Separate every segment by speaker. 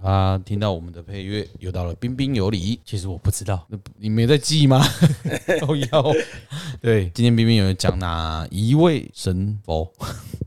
Speaker 1: 他听到我们的配乐，又到了彬彬有礼。
Speaker 2: 其实我不知道，
Speaker 1: 那不你没在记吗？ 哦要， 对，今天彬彬有讲哪一位神佛？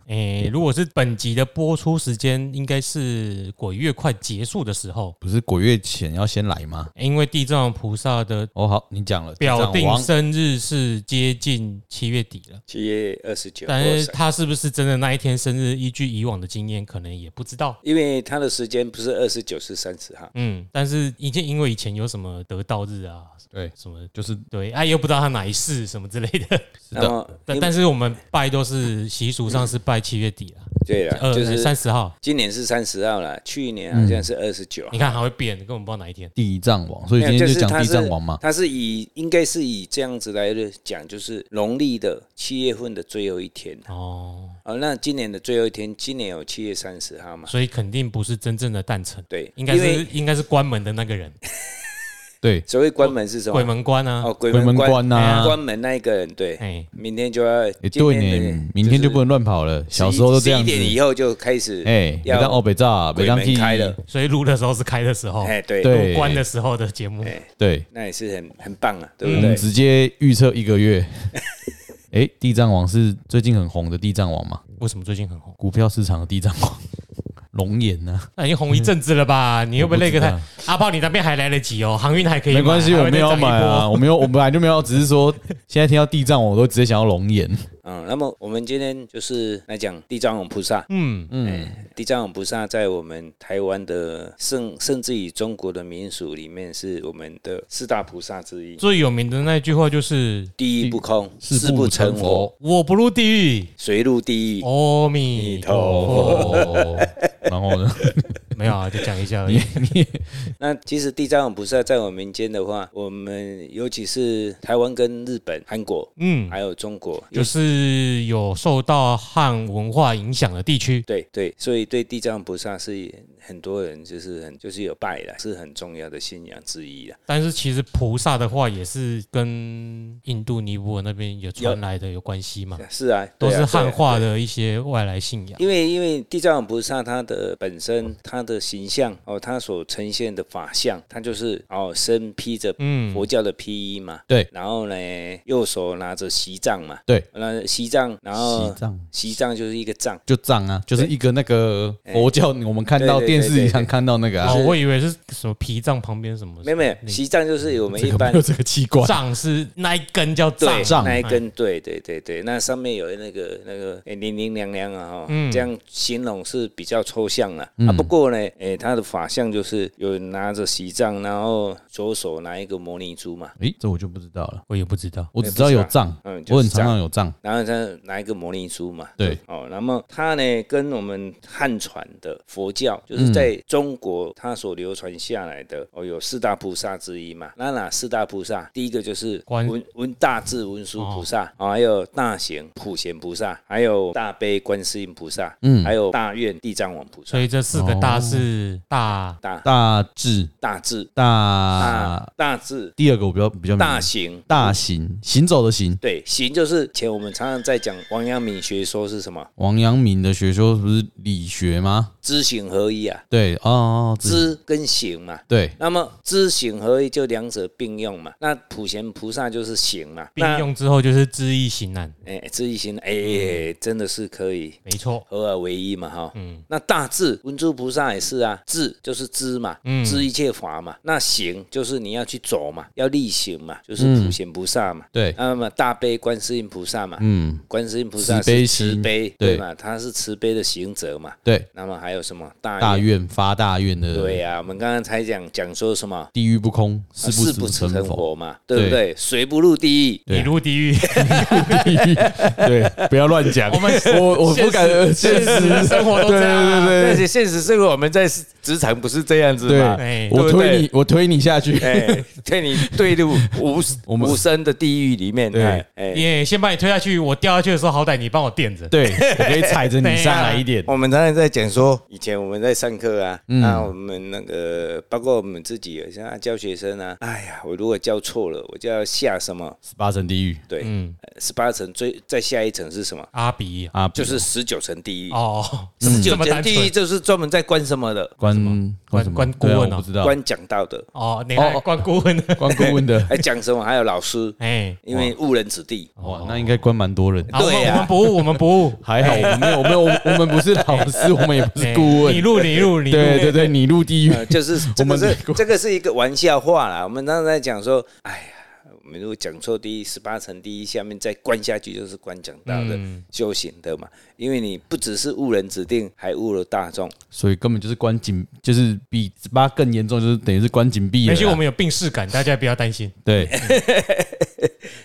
Speaker 2: 诶、如果是本集的播出时间，应该是鬼月快结束的时候，
Speaker 1: 不是鬼月前要先来吗？
Speaker 2: 因为地藏王菩萨的
Speaker 1: 哦，好，你讲了，
Speaker 2: 表
Speaker 1: 地藏
Speaker 2: 定
Speaker 1: 王
Speaker 2: 生日是接近七月底了。
Speaker 3: 七月二十九
Speaker 2: 但
Speaker 3: 或
Speaker 2: 是
Speaker 3: 三，
Speaker 2: 他是不是真的那一天生日？依据以往的经验，可能也不知道。
Speaker 3: 因为他的时间不是二十九是三十号，
Speaker 2: 嗯，但是已经因为以前有什么得道日啊，
Speaker 1: 对，
Speaker 2: 什么
Speaker 1: 就是
Speaker 2: 对，啊又不知道他哪一世什么之类的。
Speaker 1: 是
Speaker 3: 然
Speaker 1: 的，
Speaker 3: 后
Speaker 2: 但但是我们拜都是习俗上是拜七月底啊，
Speaker 3: 对了，
Speaker 2: 呃
Speaker 3: 就是
Speaker 2: 三十号。
Speaker 3: 今年是三十号了，去年
Speaker 1: 嗯
Speaker 3: 好像是二十九。
Speaker 2: 你看还会变，根本不知道哪一天。
Speaker 1: 地藏王，哎所以
Speaker 3: 没有
Speaker 1: 今天
Speaker 3: 就是
Speaker 1: 讲
Speaker 3: 他
Speaker 1: 地
Speaker 3: 是
Speaker 1: 藏王嘛。
Speaker 3: 他是以应该是以这样子来讲，就是农历的七月份的最后一天
Speaker 1: 嗯
Speaker 2: 哦，
Speaker 3: 哦。那今年的最后一天，今年有七月三十号嘛？
Speaker 2: 所以肯定不是真正的诞辰，
Speaker 3: 对，
Speaker 2: 应该
Speaker 3: 因
Speaker 2: 是
Speaker 3: 为
Speaker 2: 应该是关门的那个人，
Speaker 1: 对，
Speaker 3: 所谓关门是什么？
Speaker 2: 鬼门关啊。
Speaker 3: 哦，鬼
Speaker 1: 鬼门
Speaker 3: 门关
Speaker 1: 关呐，
Speaker 3: 关门那一个人，对，
Speaker 2: 哎，
Speaker 3: 明天就要
Speaker 1: 哎，
Speaker 3: 今
Speaker 1: 对
Speaker 3: 年的
Speaker 1: 呢，明天就不能乱跑了。小时候都这样
Speaker 3: 一
Speaker 1: 子，
Speaker 3: 点以后就开始
Speaker 1: 哎，别当
Speaker 3: 要
Speaker 1: 欧北炸，别
Speaker 3: 鬼
Speaker 1: 当
Speaker 3: 门开了，
Speaker 2: 所以录的时候是开的时候，
Speaker 3: 哎，对，
Speaker 1: 对
Speaker 2: 录关的时候的节目，
Speaker 1: 对，
Speaker 3: 那也是很很棒啊，对
Speaker 1: 我
Speaker 3: 不
Speaker 1: 们
Speaker 3: 对？
Speaker 1: 直接预测一个月。 哎，地藏王是最近很红的地藏王嘛？
Speaker 2: 为什么最近很红？
Speaker 1: 股票市场的地藏王， 龙眼啊呢？
Speaker 2: 那已经红一阵子了吧？你会不会那个
Speaker 1: 我
Speaker 2: 太
Speaker 1: 不
Speaker 2: 阿炮？你那边还来得及哦，航运还可以买，
Speaker 1: 没关系，
Speaker 2: 还
Speaker 1: 我
Speaker 2: 会
Speaker 1: 没
Speaker 2: 再
Speaker 1: 有要
Speaker 2: 涨一
Speaker 1: 买啊，
Speaker 2: 波。
Speaker 1: 我没有，我本来就没有，只是说现在听到地藏王，我都直接想要龙眼。
Speaker 3: 嗯，那么我们今天就是来讲地藏王菩萨。哎
Speaker 2: 嗯，
Speaker 3: 地藏王菩萨在我们台湾的甚甚至于中国的民俗里面，是我们的四大菩萨之一。
Speaker 2: 最有名的那句话就是
Speaker 3: 第一不空，
Speaker 1: 事
Speaker 3: 不
Speaker 1: 不
Speaker 3: 成
Speaker 1: 成
Speaker 3: 佛，
Speaker 1: 佛
Speaker 2: “我不入地狱，
Speaker 3: 谁入地狱？
Speaker 2: 阿弥陀佛
Speaker 1: 哦，然后呢？”。
Speaker 2: 没有啊，就讲一下而已。
Speaker 3: 那其实地藏王菩萨在我们民间的话，我们尤其是台湾跟日本、韩国，
Speaker 2: 嗯，
Speaker 3: 还有中国，有
Speaker 2: 就是有受到汉文化影响的地区。
Speaker 3: 对对，所以对地藏菩萨是很多人就是很就是有拜了，是很重要的信仰之一啦。
Speaker 2: 但是其实菩萨的话也是跟印度、尼泊尔那边有传来的有关系嘛，
Speaker 3: 是啊，
Speaker 2: 都
Speaker 3: 对啊
Speaker 2: 是汉化。
Speaker 3: 对啊对
Speaker 2: 的一些外来信仰。
Speaker 3: 因为因为地藏王菩萨他的本身他的形象哦，他所呈现的法相，他就是哦身披着
Speaker 2: 嗯
Speaker 3: 佛教的披衣嘛，
Speaker 1: 对
Speaker 3: 然后呢右手拿着席杖嘛，
Speaker 1: 对，
Speaker 3: 那席杖，然后
Speaker 1: 西藏
Speaker 3: 席杖就是一个杖，
Speaker 1: 呃就藏啊，就是一个那个佛教，我们看到
Speaker 3: 对对对
Speaker 1: 电视里
Speaker 3: 对
Speaker 1: 上看到那个啊
Speaker 2: 哦，，我以为是什么脾脏旁边什么，
Speaker 3: 没有没有，
Speaker 2: 那
Speaker 3: 席杖就是我们一
Speaker 1: 这个
Speaker 3: 般
Speaker 1: 没有这个器官，
Speaker 2: 杖是那一根叫杖
Speaker 3: 对，，
Speaker 1: 杖
Speaker 3: 那一根，对对对对，那上面有那个那个诶零零凉凉啊哈，这样形容是比较抽象了、啊。不过呢，诶，它的法相就是有拿着席杖，然后左手拿一个摩尼珠嘛，
Speaker 1: 诶，这我就不知道了，
Speaker 2: 我也不知道。
Speaker 1: 我只知道有藏，
Speaker 3: 嗯就是
Speaker 1: 我很常常有藏，
Speaker 3: 然后再拿一个摩尼珠嘛。
Speaker 1: 对，
Speaker 3: 哦，那么它呢，跟我们汉传的佛教，
Speaker 2: 嗯
Speaker 3: 就是在中国它所流传下来的哦，有四大菩萨之一嘛。那哪四大菩萨？第一个就是
Speaker 2: 观哦
Speaker 3: 文文大智文殊菩萨啊、还有大贤普贤菩萨，还有大悲观世音菩萨，嗯，还有大愿地藏王菩萨
Speaker 2: 所。以这四个大是大
Speaker 3: 大
Speaker 1: 大智
Speaker 3: 大智
Speaker 2: 啊
Speaker 1: 大
Speaker 3: 大大智
Speaker 1: 第二个我比较
Speaker 2: 嗯
Speaker 1: 比较明白
Speaker 3: 大行。
Speaker 1: 大行行走的行，
Speaker 3: 对，行就是前我们常常在讲王阳明学说是什么
Speaker 1: 王阳明的学说不是理学吗？
Speaker 3: 知行合一啊，
Speaker 1: 对，哦哦，知
Speaker 3: 知跟行嘛，
Speaker 1: 对
Speaker 3: 那么知行合一就两者并用嘛。那普贤菩萨就是行嘛，
Speaker 2: 并用之后就是知易行难，
Speaker 3: 那哎、知易行，哎、
Speaker 1: 嗯
Speaker 3: 真的是可以
Speaker 2: 没错。
Speaker 3: 合而为一嘛哈。嗯，那大智文殊菩萨也是啊，智就是知嘛，
Speaker 1: 嗯
Speaker 3: 知一切法嘛。那行就是你要去走嘛，要力行嘛，就是普贤菩萨嘛。
Speaker 1: 嗯对，
Speaker 3: 那么大悲观世音菩萨嘛，
Speaker 1: 嗯，
Speaker 3: 观世音菩萨
Speaker 1: 慈悲
Speaker 3: 是
Speaker 1: 心
Speaker 3: 慈悲，
Speaker 1: 对
Speaker 3: 对嘛？他是慈悲的行者嘛。
Speaker 1: 对，
Speaker 3: 那么还有什么
Speaker 1: 大愿发大愿
Speaker 3: 对
Speaker 1: 的
Speaker 3: 呀、我们刚刚才讲讲说什么？
Speaker 1: 地狱不空，
Speaker 3: 啊
Speaker 1: 誓
Speaker 3: 不
Speaker 1: 不死
Speaker 3: 成
Speaker 1: 成佛。
Speaker 3: 佛嘛，对不对？谁不入地狱？
Speaker 1: 对
Speaker 2: 你入地狱，
Speaker 1: 对，不要乱讲。我们我我不敢呃
Speaker 4: 现实
Speaker 1: 实
Speaker 2: 生活都这样啊
Speaker 4: 但是现实生活我们在职场不是这样子嘛？
Speaker 2: 哎
Speaker 1: 对，我
Speaker 4: 对不
Speaker 1: 推
Speaker 4: 对
Speaker 1: 你，我推你下去。
Speaker 4: 哎，对你坠入无
Speaker 1: 们
Speaker 4: 无声的地狱里面。
Speaker 1: 对
Speaker 4: 哎
Speaker 3: 哎，
Speaker 2: 耶！先把你推下去，我掉下去的时候，好歹你帮我垫着。
Speaker 1: 对我可以踩着你上来一点。
Speaker 3: 我们常常在讲说，以前我们在上课啊，
Speaker 1: 嗯
Speaker 3: 那我们那个包括我们自己，像教学生啊，哎呀，我如果教错了，我就要下什么？
Speaker 1: 十八层地狱
Speaker 3: 对，
Speaker 1: 嗯
Speaker 3: 呃十八层最再下一层是什么？
Speaker 2: 阿比
Speaker 1: 啊，
Speaker 3: 就是十九层地狱。
Speaker 2: 哦，
Speaker 3: 十
Speaker 2: 这
Speaker 3: 九
Speaker 2: 么
Speaker 3: 层
Speaker 2: 单
Speaker 3: 地狱
Speaker 2: 纯
Speaker 3: 就是专门在关什么的，
Speaker 1: 关关
Speaker 2: 关
Speaker 1: 什么
Speaker 2: 关顾
Speaker 1: 对啊
Speaker 2: 问
Speaker 1: 我
Speaker 2: 哦
Speaker 1: 不知道
Speaker 3: 关讲道的，
Speaker 2: 哦，你看
Speaker 1: 哦
Speaker 2: 关顾问，
Speaker 1: 关顾问 的
Speaker 3: 还讲什么？还有老师，
Speaker 2: 哎，
Speaker 3: 因为误人子弟。
Speaker 1: 哇，那应该关蛮多人。
Speaker 2: 好，我们
Speaker 3: 对啊
Speaker 2: 我们不误，我们不 误，
Speaker 1: 还好我们没有，我没有，我们不 是老师，我们也不是顾
Speaker 2: 哎哎
Speaker 1: 问。
Speaker 2: 你录你录你录，
Speaker 1: 对对对，你入地狱
Speaker 3: 呃，就是这个
Speaker 1: 们
Speaker 3: 是
Speaker 1: 美国
Speaker 3: 这个是一个玩笑话啦。我们刚才讲说，哎呀，我们如果讲错第一十八层第一下面再关下去，就是关讲道的、
Speaker 2: 嗯
Speaker 3: 修行的嘛。因为你不只是误人指定，还误了大众。
Speaker 1: 所以根本就是关紧，就是比十八更严重，就是等于是关紧闭了
Speaker 2: 也
Speaker 1: 啦。
Speaker 2: 许我们有病逝感，大家不要担心。
Speaker 1: 对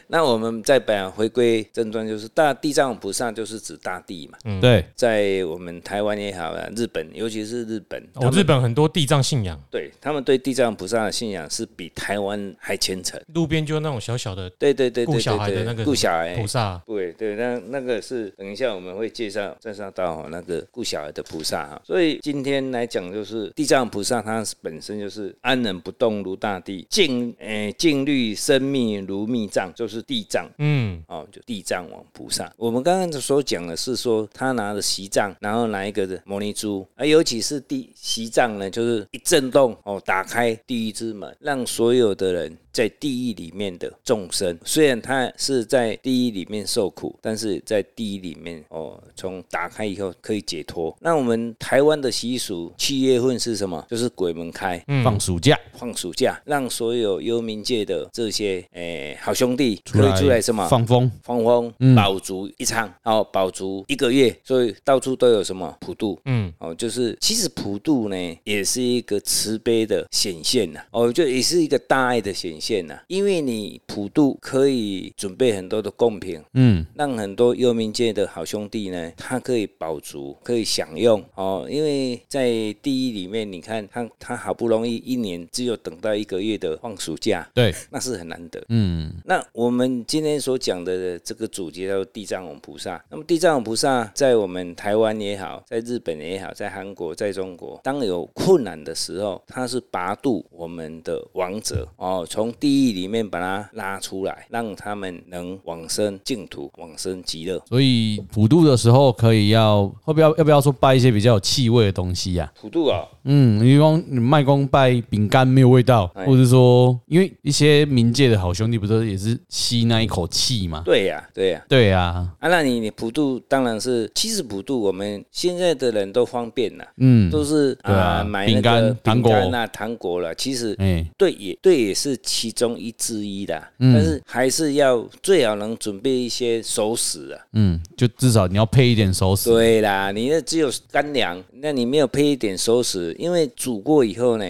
Speaker 3: 那我们再把回归正传，就是大地藏菩萨就是指大地嘛，
Speaker 2: 嗯
Speaker 1: 对，
Speaker 3: 在我们台湾也好啊，日本尤其是日本，
Speaker 2: 哦，日本很多地藏信仰，
Speaker 3: 对他们对地藏菩萨的信仰是比台湾还虔诚。
Speaker 2: 路边就那种小小的
Speaker 3: 对对对
Speaker 2: 顾
Speaker 3: 对
Speaker 2: 小孩的
Speaker 3: 对
Speaker 2: 那
Speaker 3: 对，
Speaker 2: 个
Speaker 3: 顾小孩哎
Speaker 2: 菩萨，
Speaker 3: 对对，那那个是等一下我们会介绍介绍到哦那个顾小孩的菩萨哈，所以今天来讲就是地藏菩萨，它本身就是安忍不动如大地，静诶静虑生命如密藏，就是地藏。
Speaker 2: 嗯，
Speaker 3: 哦，就地藏王菩萨。我们刚刚所讲的是说，他拿着席杖，然后拿一个摩尼珠，而尤其是地席杖呢，就是一震动哦，打开地狱之门，让所有的人在地狱里面的众生，虽然他是在地狱里面受苦，但是在地狱里面哦，从打开以后可以解脱。那我们台湾的习俗，七月份是什么？就是鬼门开，
Speaker 2: 嗯
Speaker 1: 放暑假
Speaker 3: 放暑假，让所有幽冥界的这些诶、好兄弟
Speaker 1: 出
Speaker 3: 可以
Speaker 1: 来
Speaker 3: 出来什么？
Speaker 1: 放风，
Speaker 3: 风风
Speaker 1: 嗯
Speaker 3: 饱足一场，然后饱足一个月，所以到处都有什么普渡，嗯，哦，就是其实普渡呢，也是一个慈悲的显现呐、哦，就也是一个大爱的显现呐、啊因为你普渡可以准备很多的贡品，
Speaker 1: 嗯，
Speaker 3: 让很多幽冥界的好兄弟呢，他可以饱足，可以享用哦。因为在地狱里面，你看他他好不容易一年只有等到一个月的放暑假，
Speaker 1: 对，
Speaker 3: 那是很难得。
Speaker 1: 嗯，
Speaker 3: 那我们今天所讲的这个主题叫做地藏王菩萨。那么地藏王菩萨在我们台湾也好，在日本也好，在韩国、在中国，当有困难的时候，他是拔度我们的王者哦，从地狱里面把他拉出来，让他们能往生净土，往生极乐。
Speaker 1: 所以普渡的时候可以要，要不要要不要说拜一些比较有气味的东西呀、
Speaker 3: 普渡啊、
Speaker 1: 嗯，你光你卖光拜饼干没有味道，
Speaker 3: 哎
Speaker 1: 或者说，因为一些冥界的好兄弟不都也是吸那一口气嘛？
Speaker 3: 对呀、对呀、
Speaker 1: 对啊，
Speaker 3: 啊，那你你普渡当然是，其实普渡我们现在的人都方便了，
Speaker 1: 嗯，
Speaker 3: 都是
Speaker 1: 对啊
Speaker 3: 买
Speaker 1: 饼
Speaker 3: 那
Speaker 1: 干
Speaker 3: 个
Speaker 1: 糖
Speaker 3: 饼
Speaker 1: 果
Speaker 3: 干啊、糖果了。其实
Speaker 1: 哎、
Speaker 3: 对也对也是其中一之一的，
Speaker 1: 嗯
Speaker 3: 但是还是要最好能准备一些熟食啊。
Speaker 1: 嗯，就至少你要配一点熟食，
Speaker 3: 对啦，你那只有干粮，那你没有配一点熟食，因为煮过以后呢，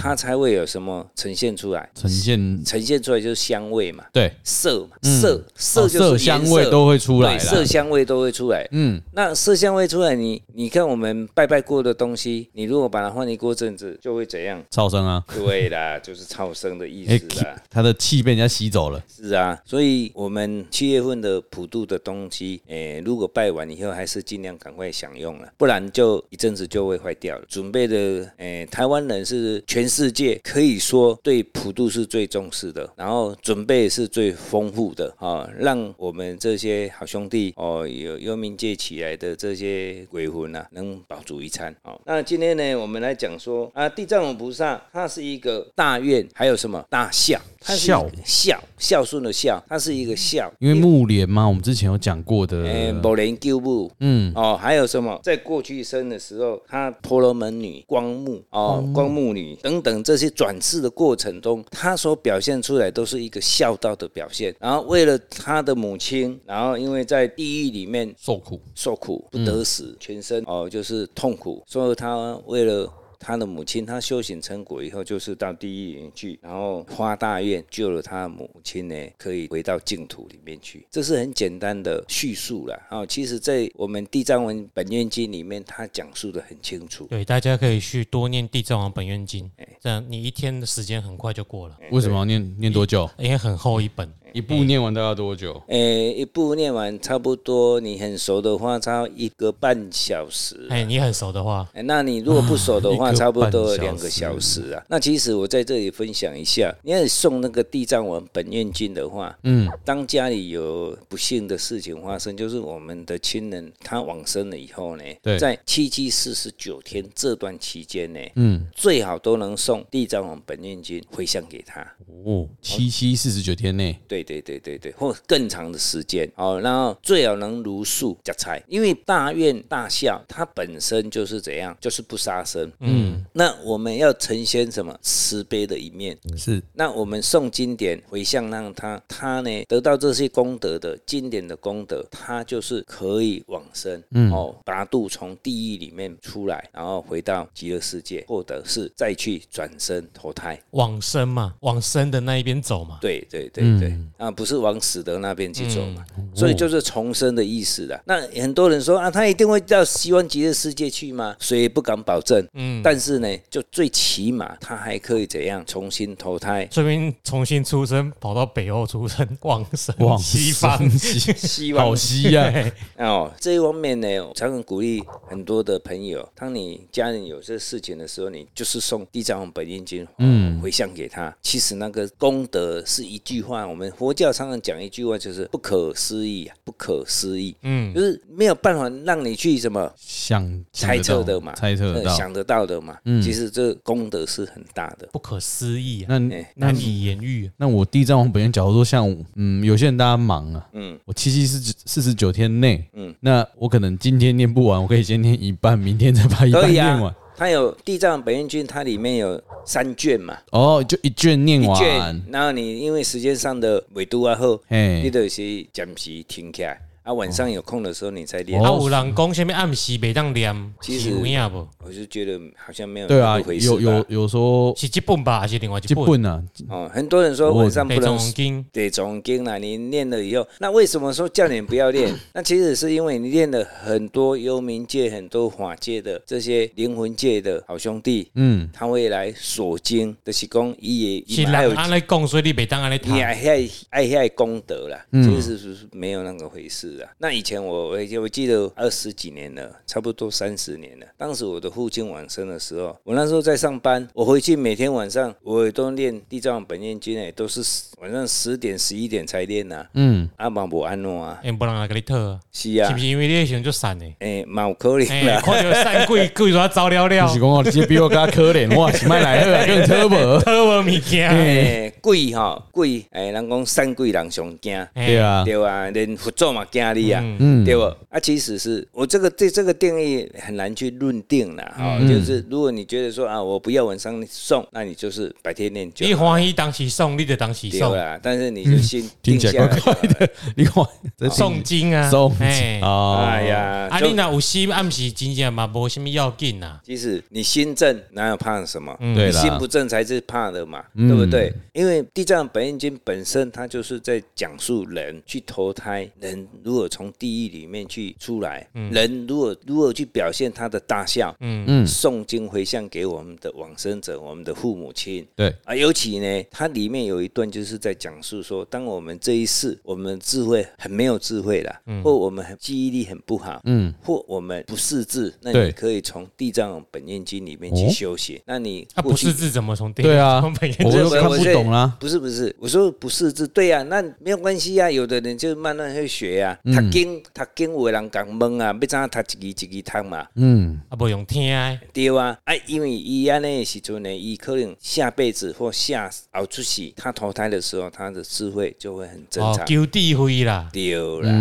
Speaker 3: 它才会有什么呈现出来，
Speaker 1: 嗯呈现
Speaker 3: 呈现出来就是香味嘛，
Speaker 1: 对
Speaker 3: 色嘛，色色就是
Speaker 1: 嗯哦色
Speaker 3: 颜
Speaker 1: 香味都会出来
Speaker 3: 对色
Speaker 1: 啦。
Speaker 3: 香味都会出来。
Speaker 1: 嗯，
Speaker 3: 那色香味出来，你你看我们拜拜过的东西，你如果把它换一锅阵子，就会怎样？
Speaker 1: 噪声啊，
Speaker 3: 对啦，就是超生的意
Speaker 1: 哎、
Speaker 3: 思啦。
Speaker 1: 它的气被人家吸走了，
Speaker 3: 是啊，所以我们七月份的普渡的东西，诶、如果拜完以后，还是尽量赶快享用了，不然就一阵子就会坏掉了。准备的，诶、台湾人是全世界可以说对普渡是最重视的，然后准备是最丰富的啊、让我们这些好兄弟哦，有幽冥界起来的这些鬼魂啊，能饱足一餐。好、那今天呢，我们来讲说啊，地藏王菩萨他是一个大愿，还有什么大孝，他是一个
Speaker 1: 孝
Speaker 3: 孝孝顺的孝，它是一个孝，
Speaker 1: 因为木莲嘛，我们之前有讲过的，
Speaker 3: 诶，某人救母
Speaker 1: 嗯，
Speaker 3: 哦，还有什么？在过去生的时候，她婆罗门女、光目哦、光目女等等这些转世的过程中，她所表现出来都是一个孝道的表现。然后为了她的母亲，然后因为在地狱里面
Speaker 1: 受苦，
Speaker 3: 受苦不得死，全身哦就是痛苦，所以他为了。他的母亲，他修行成果以后，就是到地狱里面去，然后发大愿救了他的母亲呢，可以回到净土里面去。这是很简单的叙述啦。哦，其实，在我们《地藏文本愿经》里面，他讲述的很清楚。
Speaker 2: 对，大家可以去多念地藏王本
Speaker 3: 哎
Speaker 2: 愿经，这样你一天的时间很快就过了，
Speaker 1: 为什么要念念多久？哎
Speaker 2: 因为很厚一本，
Speaker 1: 一部念完大概要多久？
Speaker 3: 诶、一部念完差不多，你很熟的话，差一个半小时。
Speaker 2: 哎，你很熟的话，
Speaker 3: 哎那你如果不熟的
Speaker 1: 啊一个
Speaker 3: 话，差不多
Speaker 1: 半小
Speaker 3: 两个小时啊。那其实我在这里分享一下，你要送那个地藏王本愿经的话，
Speaker 1: 嗯，
Speaker 3: 当家里有不幸的事情发生，就是我们的亲人他往生了以后呢
Speaker 1: 对，
Speaker 3: 在七七四十九天这段期间呢，
Speaker 1: 嗯，
Speaker 3: 最好都能送地藏王本愿经回向给他。
Speaker 1: 哦，七七四十九天内，
Speaker 3: 对对对对对，或更长的时间哦，然后最好能如数加财，因为大愿大孝它本身就是怎样，就是不杀生。嗯，那我们要呈现什么慈悲的一面？
Speaker 1: 是
Speaker 3: 那我们诵经典回向让他，他呢得到这些功德的经典的功德，他就是可以往生，嗯、哦，拔度从地狱里面出来，然后回到极乐世界，或者是再去转生投胎。
Speaker 2: 往生嘛，往生的那一边走嘛。。
Speaker 3: 对对对对，啊，不是往死的那边去走嘛，所以就是重生的意思的。那很多人说啊，他一定会到西方极乐世界去吗？谁也不敢保证。嗯，但是呢，就最起码他还可以怎样重新投胎
Speaker 2: 顺便重新出生，跑到北欧出生， 往生
Speaker 1: 往
Speaker 2: 西方。
Speaker 1: 西
Speaker 3: 希望
Speaker 1: 好西呀、啊，
Speaker 3: 哦，这一方面呢，我常常鼓励很多的朋友，当你家人有这事情的时候，你就是送地藏王本愿经，嗯，回向给他。其实那个功德是一句话，我们佛教常常讲一句话，就是不可思议啊，不可思议，嗯，就是没有办法让你去什么。
Speaker 1: 想想得
Speaker 3: 猜测
Speaker 1: 到
Speaker 3: 的嘛，
Speaker 1: 猜测得
Speaker 3: 呃
Speaker 1: 到。嗯
Speaker 3: 想得到的嘛。其实这功德是很大的。
Speaker 2: 不可思议啊，
Speaker 1: 那
Speaker 3: 哎
Speaker 1: 那
Speaker 2: 难以言喻。啊
Speaker 1: 那我地藏王本愿，假如说像嗯，有些人大家忙啊，嗯，我七七四四十九天内，嗯，那我可能今天念不完，我可以先念一半，明天再把一
Speaker 3: 可
Speaker 1: 半
Speaker 3: 以
Speaker 1: 念完
Speaker 3: 啊。，它有《地藏本愿经》，它里面有三卷嘛，
Speaker 1: 哦，就一卷念
Speaker 3: 一
Speaker 1: 完
Speaker 3: 卷，，然后你因为时间上的维度啊后，
Speaker 1: 嘿
Speaker 3: 你就是暂时停起来，啊，晚上有空的时候你再
Speaker 1: 哦
Speaker 3: 练。
Speaker 2: 啊，有人讲什么暗时袂当念，
Speaker 3: 其
Speaker 2: 是
Speaker 3: 实哦
Speaker 2: 有影不？
Speaker 3: 我就觉得好像没有
Speaker 1: 对啊，
Speaker 3: 那么回事吧
Speaker 1: 有有有说
Speaker 2: 是这本吧，还是另外一
Speaker 1: 就
Speaker 2: 本？
Speaker 1: 笨啊，
Speaker 3: 哦，很多人说晚上
Speaker 2: 北
Speaker 3: 不能
Speaker 2: 中经
Speaker 3: 对，总经啦，你念了以后，那为什么说叫你不要 练？那其实是因为你练了很多幽冥界、很多法界的这些灵魂界的好兄弟，
Speaker 1: 嗯，
Speaker 3: 他会来锁经，就是讲伊也
Speaker 2: 是
Speaker 3: 伊还有
Speaker 2: 人安尼讲，所以你袂当安尼读
Speaker 3: 你。爱爱爱爱功德啦，
Speaker 2: 嗯
Speaker 3: 其实是是没有那个回事啊。那以前我我我记得二十几年了，差不多三十年了。当时我的父亲往生的时候，我那时候在上班，我回去每天晚上我都练地藏王本愿经诶，都是十晚上十点十一点才练呐、啊。
Speaker 1: 嗯，
Speaker 3: 阿嘛无安怎啊？
Speaker 2: 因无人来给你讨啊，
Speaker 3: 是
Speaker 2: 哎是
Speaker 3: 啊
Speaker 2: 不，是因为你那时阵就散 的？
Speaker 3: 诶，嘛有可能
Speaker 2: 哎，
Speaker 3: 啦。
Speaker 2: 看到散鬼鬼煞走了了
Speaker 1: 就是，讲哦，你这比我更加可怜，哇，是麦来啊喝更特薄，
Speaker 2: 讨无物 件。哎
Speaker 3: 诶，哎鬼吼鬼，诶，人讲善鬼人上惊。
Speaker 1: 对啊，
Speaker 3: 对啊，连佛祖嘛惊你啊，
Speaker 1: 嗯
Speaker 3: 对不？啊，其实是我这个对这个定义很难去论定了哈、
Speaker 1: 嗯
Speaker 3: 就是如果你觉得说啊，我不要晚上送，那你就是白天练就
Speaker 2: 你
Speaker 3: 好
Speaker 2: 欢喜当时送，你就当时
Speaker 3: 对啊
Speaker 2: 送
Speaker 3: 啦。但是你就先
Speaker 1: 嗯听
Speaker 3: 定
Speaker 1: 起
Speaker 3: 下
Speaker 1: 来
Speaker 3: 来
Speaker 1: 怪怪的，你看这
Speaker 2: 诵经啊，
Speaker 1: 送
Speaker 2: 哎
Speaker 1: 哦，
Speaker 3: 哎呀，
Speaker 2: 啊，
Speaker 3: 就
Speaker 2: 你若有时暗时真正嘛无什么要紧啊呐。
Speaker 3: 其实你心正，哪有怕什么？
Speaker 1: 对
Speaker 3: 你
Speaker 1: 啦
Speaker 3: 心不正才是怕的嘛，对不对？因为《地藏本愿经》本身它就是在讲述人去投胎，人如果从地狱里面去出来，人如果如何去表现他的大孝，嗯嗯，诵经回向给我们的往生者，我们的父母亲，
Speaker 1: 对，
Speaker 3: 啊，尤其呢，它里面有一段就是在讲述说，当我们这一世我们智慧很没有智慧啦，
Speaker 1: 嗯
Speaker 3: 或我们很记忆力很不好，嗯，或我们不识字，那
Speaker 1: 对
Speaker 3: 你可以从《地藏王本愿经》里面去
Speaker 1: 哦
Speaker 3: 修行。那你
Speaker 2: 啊，
Speaker 3: 过
Speaker 2: 不
Speaker 3: 去
Speaker 2: 识字怎么从地
Speaker 1: 对啊
Speaker 2: 从北
Speaker 1: 我
Speaker 2: 京
Speaker 1: 都看不懂啊啦。
Speaker 3: 不是不是，我说不识字，对呀、啊，那没有关系呀、啊。有的人就慢慢会学呀、
Speaker 1: 嗯
Speaker 3: 啊，读经读经有的人讲懵啊，要怎样读一字一字读嘛？
Speaker 1: 嗯，
Speaker 2: 啊，无用听的，
Speaker 3: 对啊，啊，因为伊安尼的时阵呢，伊可能下辈子或下后出世，他投胎的时候，他的智慧就会很正
Speaker 2: 哦嗯
Speaker 3: 常，。
Speaker 2: 求智慧啦，
Speaker 3: 对啦，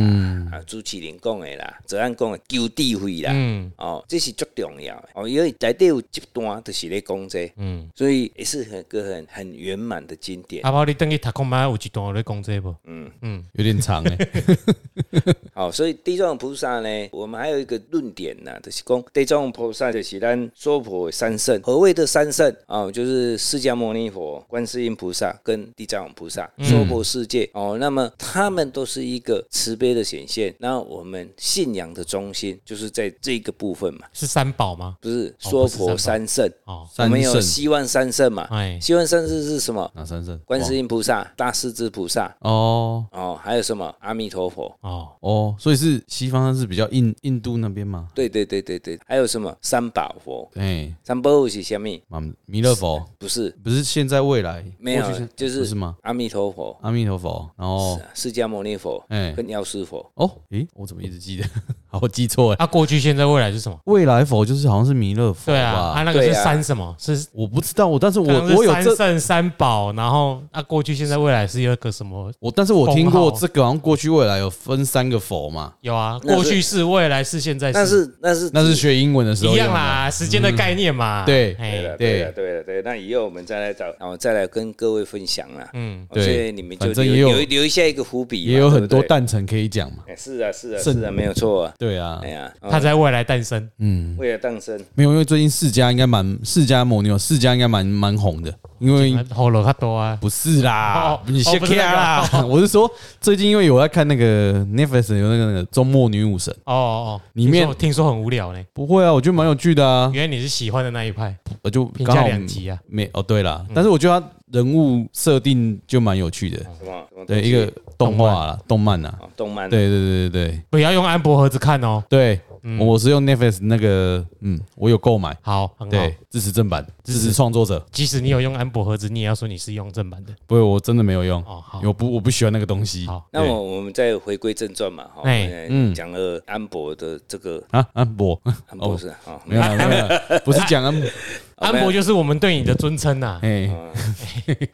Speaker 3: 啊，主持人讲的啦，泽安讲的求智慧啦，
Speaker 2: 嗯
Speaker 3: 哦，这是最重要的哦，因为内底有一段就是咧讲这个
Speaker 2: 嗯。
Speaker 3: 所以也是很个很很圆满的经典。
Speaker 2: 阿宝，啊你等去读看麦有一段有咧讲这无？
Speaker 1: 有点长哎，
Speaker 3: 好、所以地藏菩萨呢，我们还有一个论点呢、就是讲地藏菩萨就是咱娑婆的三圣。何谓的三圣啊、哦就是释迦牟尼佛、观世音菩萨跟地藏菩萨，
Speaker 2: 嗯
Speaker 3: 娑婆世界、哦。那么他们都是一个慈悲的显现。那我们信仰的中心就是在这个部分嘛，
Speaker 2: 是三宝吗？
Speaker 3: 不是
Speaker 2: 哦不
Speaker 3: 娑
Speaker 2: 是
Speaker 3: 婆三圣。
Speaker 2: 哦，
Speaker 3: 我
Speaker 1: 三
Speaker 3: 们有
Speaker 1: 圣
Speaker 3: 希望三圣嘛
Speaker 2: 哎？嗯哦
Speaker 3: 希望三圣是什么？
Speaker 1: 啊哪三三圣，
Speaker 3: 观世音菩萨、大势至菩萨，
Speaker 1: 哦
Speaker 3: 哦，还有什么阿弥陀佛？
Speaker 2: 哦，
Speaker 1: 哦，所以是西方是比较印印度那边吗？
Speaker 3: 对对对对对，还有什么三宝佛？
Speaker 1: 哎，
Speaker 3: 三宝佛是什么？
Speaker 1: 妈弥勒佛
Speaker 3: 不是，
Speaker 1: 不是现在未来，
Speaker 3: 没有
Speaker 1: 过去现，
Speaker 3: 就
Speaker 1: 不是吗？
Speaker 3: 阿弥陀佛、
Speaker 1: 阿弥陀佛，然后
Speaker 3: 释迦牟尼佛
Speaker 1: 哎
Speaker 3: 跟药师佛。
Speaker 1: 哦，诶，我怎么一直记得？ 好，我记错了。
Speaker 2: 啊，过去、现在、未来是什么？
Speaker 1: 未来佛就是好像是弥勒佛
Speaker 2: 对啊，
Speaker 1: 吧？
Speaker 2: 他那个是
Speaker 3: 对啊
Speaker 2: 三什么？是
Speaker 1: 我不知道，我但是
Speaker 2: 可能
Speaker 1: 我
Speaker 2: 是
Speaker 1: 我有
Speaker 2: 三
Speaker 1: 这
Speaker 2: 圣三宝，然后啊，过去、现在、未来是有一个什么？
Speaker 1: 我，但是我听
Speaker 2: 封号
Speaker 1: 过这个，好像过去未来有分三个佛嘛，
Speaker 2: 有啊，
Speaker 3: 那是
Speaker 2: 过去是、未来是、现在
Speaker 3: 那
Speaker 2: 是
Speaker 3: 是那是
Speaker 1: 那是学英文的时候
Speaker 2: 一样
Speaker 1: 用的。嗯
Speaker 2: 啦，时间的概念嘛。
Speaker 1: 对
Speaker 3: 对
Speaker 2: 哎
Speaker 3: 了，对
Speaker 1: 对
Speaker 3: 了，对了，对了，那以后我们再来找，然后哦再来跟各位分享啦。
Speaker 2: 嗯，
Speaker 1: 对
Speaker 3: 所以你们就
Speaker 1: 反正
Speaker 3: 留
Speaker 1: 也有
Speaker 3: 留留下一个伏笔嘛，
Speaker 1: 也有很
Speaker 3: 对
Speaker 1: 多
Speaker 3: 不对。
Speaker 1: 诞辰可以讲嘛。
Speaker 3: 哎是啊，是啊，
Speaker 1: 圣
Speaker 3: 是啊，没有错啊。
Speaker 1: 对啊
Speaker 3: 哎，呀，哦
Speaker 2: 他在未来诞生。
Speaker 1: 嗯，
Speaker 3: 为了诞生，
Speaker 1: 没有，因为最近世家应该蛮世家蒙牛，世家应该蛮蛮红的，因为。
Speaker 2: 好了，他多啊。
Speaker 1: 不是啦
Speaker 2: 哦，
Speaker 1: 你
Speaker 2: 哦
Speaker 1: 先
Speaker 2: 不是
Speaker 1: 看
Speaker 2: 那个
Speaker 1: 啦。我是说，最近因为有在看那个 Netflix 有那个那个周末女武神，
Speaker 2: 哦哦，
Speaker 1: 里面
Speaker 2: 听说听说很无聊呢。
Speaker 1: 不会啊，我觉得蛮有趣的啊。
Speaker 2: 原来你是喜欢的那一派。
Speaker 1: 我就
Speaker 2: 嗯评
Speaker 1: 刚
Speaker 2: 价
Speaker 1: 好
Speaker 2: 两集啊，
Speaker 1: 没哦，对啦，但是我觉得他人物设定就蛮有趣的，
Speaker 3: 什么什么东
Speaker 2: 嗯
Speaker 1: 对
Speaker 3: 西
Speaker 1: 一个动画啦，动漫啊啦，
Speaker 3: 哦动漫，
Speaker 1: 对对对对
Speaker 2: 不要用安博盒子看哦。
Speaker 1: 对对，我是用 Netflix 那个，嗯，我有购买，
Speaker 2: 好，很好
Speaker 1: 对。，支持正版，支持创作者，
Speaker 2: 即使你有用安博盒子，你也要说你是用正版的。
Speaker 1: 不过我真的没有用，
Speaker 2: 哦，好
Speaker 1: 因为，我不我不喜欢那个东西
Speaker 2: 好。
Speaker 3: 那
Speaker 1: 对
Speaker 3: 我我们再回归正传嘛，哈，
Speaker 2: 哎
Speaker 3: 哎
Speaker 1: 嗯
Speaker 3: 讲了安博的这个
Speaker 1: 啊安博
Speaker 3: 安博士啊，
Speaker 1: 哦没有 啦没有啦，不是讲啊安博，
Speaker 2: 安博就是我们对你的尊称啊呐。
Speaker 1: 哎，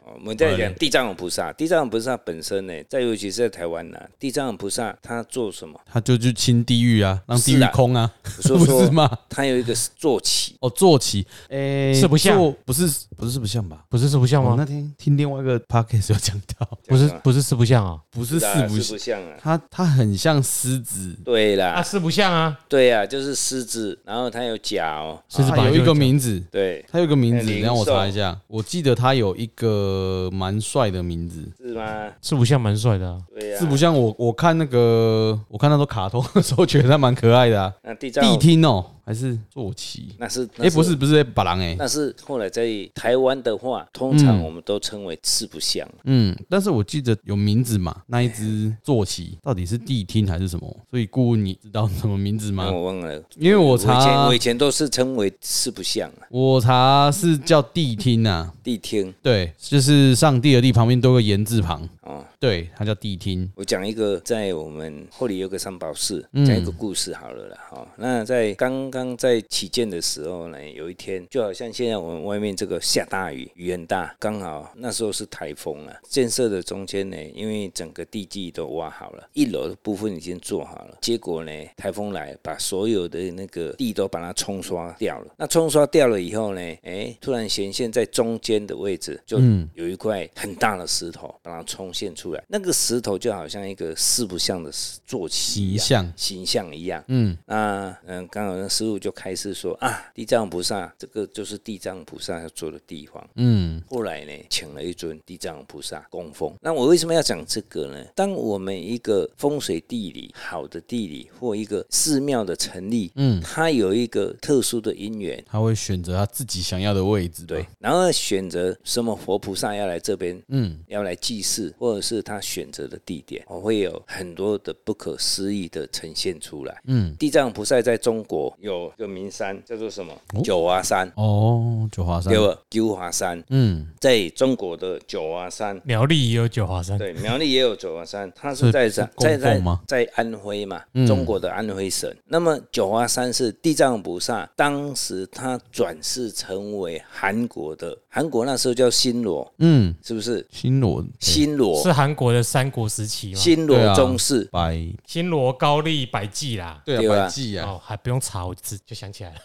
Speaker 3: 哦我们再讲地藏王菩萨，地藏王菩萨本身呢，在尤其是在台湾呢、地藏王菩萨他做什么？
Speaker 1: 他就去清地狱啊，让地
Speaker 3: 是
Speaker 1: 狱
Speaker 3: 啊
Speaker 1: 空啊，
Speaker 3: 我 说
Speaker 1: 不是
Speaker 3: 说
Speaker 1: 吗？
Speaker 3: 他有一个坐骑，
Speaker 1: 哦，坐骑，哎，
Speaker 2: 四不像
Speaker 1: 坐，不是不是四不像吧？
Speaker 2: 不是四不像
Speaker 1: 我哦
Speaker 2: 吗
Speaker 1: 那？天听另外一个 podcast 有讲到，
Speaker 2: 不是不是四不像啊。
Speaker 1: 不是四
Speaker 3: 啊
Speaker 1: 不像
Speaker 3: 四不，像啊。
Speaker 1: 它它很像狮子，
Speaker 3: 对
Speaker 2: 啊，
Speaker 3: 啦，
Speaker 2: 四不像啊，
Speaker 3: 对啊，就是狮子，然后它有角，
Speaker 2: 狮子
Speaker 1: 它
Speaker 2: 本来
Speaker 1: 有
Speaker 2: 就
Speaker 1: 一个
Speaker 2: 角
Speaker 1: 名字，
Speaker 3: 对，
Speaker 1: 它有一个名
Speaker 3: 哎
Speaker 1: 字，
Speaker 3: 灵
Speaker 1: 你让我
Speaker 3: 兽
Speaker 1: 查一下。我记得它有一个蛮帅的名字，
Speaker 3: 是吗？
Speaker 2: 四不像蛮帅的啊。
Speaker 3: 对呀、
Speaker 1: 是不像我我看那个我看那时候卡通的时候，觉得它蛮可爱的啊。
Speaker 3: 那地藏
Speaker 1: 谛听哦，还是坐骑？
Speaker 3: 那是
Speaker 1: 哎，不是，不是把郎哎，
Speaker 3: 那是后来在台湾的话，通常
Speaker 1: 嗯
Speaker 3: 我们都称为四不像。
Speaker 1: 嗯，但是我记得有名字嘛，那一只坐骑到底是谛听还是什么？所以顾问你知道什么名字
Speaker 3: 那
Speaker 1: 吗？
Speaker 3: 我忘了，
Speaker 1: 因为我
Speaker 3: 我以前
Speaker 1: 查
Speaker 3: 哦
Speaker 1: 啊
Speaker 3: 我以前都是称为四不像啊，
Speaker 1: 我查是叫谛听啊，
Speaker 3: 谛听
Speaker 1: 对，就是上帝的帝旁边都有个言字旁，
Speaker 3: 哦。
Speaker 1: 对，它叫谛听。
Speaker 3: 我讲一个，在我们后里有个三宝寺，讲一个故事好了啦。哈、那在刚刚在起建的时候呢，有一天就好像现在我们外面这个下大雨，雨很大，刚好那时候是台风了。建设的中间呢，因为整个地基都挖好了，一楼的部分已经做好了，结果呢，台风来把所有的那个地都把它冲刷掉了。那冲刷掉了以后呢，哎，突然显现在中间的位置，就
Speaker 1: 嗯
Speaker 3: 有一块很大的石头把它冲现出来。那个石头就好像一个四不像的坐骑一
Speaker 1: 形
Speaker 3: 样
Speaker 1: 象，
Speaker 3: 形象一样。
Speaker 1: 嗯，
Speaker 3: 那嗯，刚好那师傅就开始说啊，地藏菩萨这个就是地藏菩萨要做的地方。
Speaker 1: 嗯，
Speaker 3: 后来呢，请了一尊地藏菩萨供奉。那我为什么要讲这个呢？当我们一个风水地理好的地理或一个寺庙的成立，嗯，它有一个特殊的因缘，
Speaker 1: 他会选择他自己想要的位置吧。
Speaker 3: 对，然后选择什么活菩萨要来这边，嗯，要来祭祀，或者是他选择的地点，我会有很多的不可思议的呈现出来。嗯，地藏菩萨在中国有个名山叫做什么？九华山，
Speaker 1: 哦，九华山
Speaker 3: 对，吧？九华山，
Speaker 1: 嗯，
Speaker 3: 在中国的九华山。
Speaker 2: 苗栗也有九华山，
Speaker 3: 对，苗栗也有九华山，它
Speaker 1: 是
Speaker 3: 是在在
Speaker 1: 供
Speaker 3: 在
Speaker 1: 奉
Speaker 3: 在
Speaker 1: 吗嗯
Speaker 3: 在安徽嘛，中国的安徽省。那么九华山是地藏菩萨，当时他转世成为韩国的，韩国那时候叫新罗，
Speaker 1: 嗯，
Speaker 3: 是不是？
Speaker 1: 新罗
Speaker 3: 新罗
Speaker 2: 是韩国的三国时期嘛？
Speaker 3: 新
Speaker 1: 啊对啊
Speaker 3: 罗宗室，
Speaker 1: 百，
Speaker 2: 新罗、高丽、百济啦。
Speaker 1: 对
Speaker 3: 对
Speaker 1: 啊，
Speaker 3: 啊
Speaker 1: 百济啊，哦
Speaker 2: 哦，还不用查，我自就想 起来了。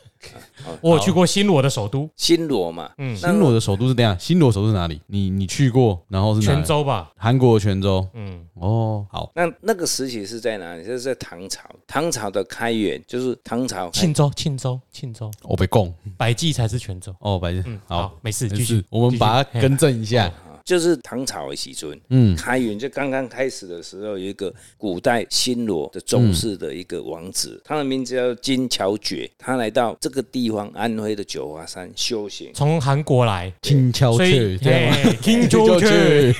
Speaker 2: 我有去过新罗的首都
Speaker 3: 新罗嘛，嗯，
Speaker 1: 新罗的首都是怎样？新罗首都是哪里？你你去过，然后是哪里哎
Speaker 2: 泉，州吧？
Speaker 1: 韩国的泉州。
Speaker 2: 嗯，
Speaker 1: 哦，好，
Speaker 3: 那那个时期是在哪里？就是在唐朝，唐朝的开元就是唐朝开
Speaker 2: 庆州、庆州、庆州，
Speaker 1: 我被供
Speaker 2: 百济才是泉州。
Speaker 1: 哦，百济
Speaker 2: 嗯，
Speaker 1: 嗯好
Speaker 2: 好，，没事，
Speaker 1: 没
Speaker 2: 继续
Speaker 1: 事。我们把它
Speaker 2: 继续
Speaker 1: 更正一下。
Speaker 3: 就是唐朝的时阵，
Speaker 1: 嗯
Speaker 3: 开元就刚刚开始的时候，有一个古代新罗的宗室的一个王
Speaker 1: 嗯
Speaker 3: 子，他的名字叫金乔觉，他来到这个地方安徽的九华山修行。
Speaker 2: 从韩国来，
Speaker 1: 轻敲
Speaker 2: 所以哎
Speaker 1: 去，这样吗？
Speaker 2: 听就去，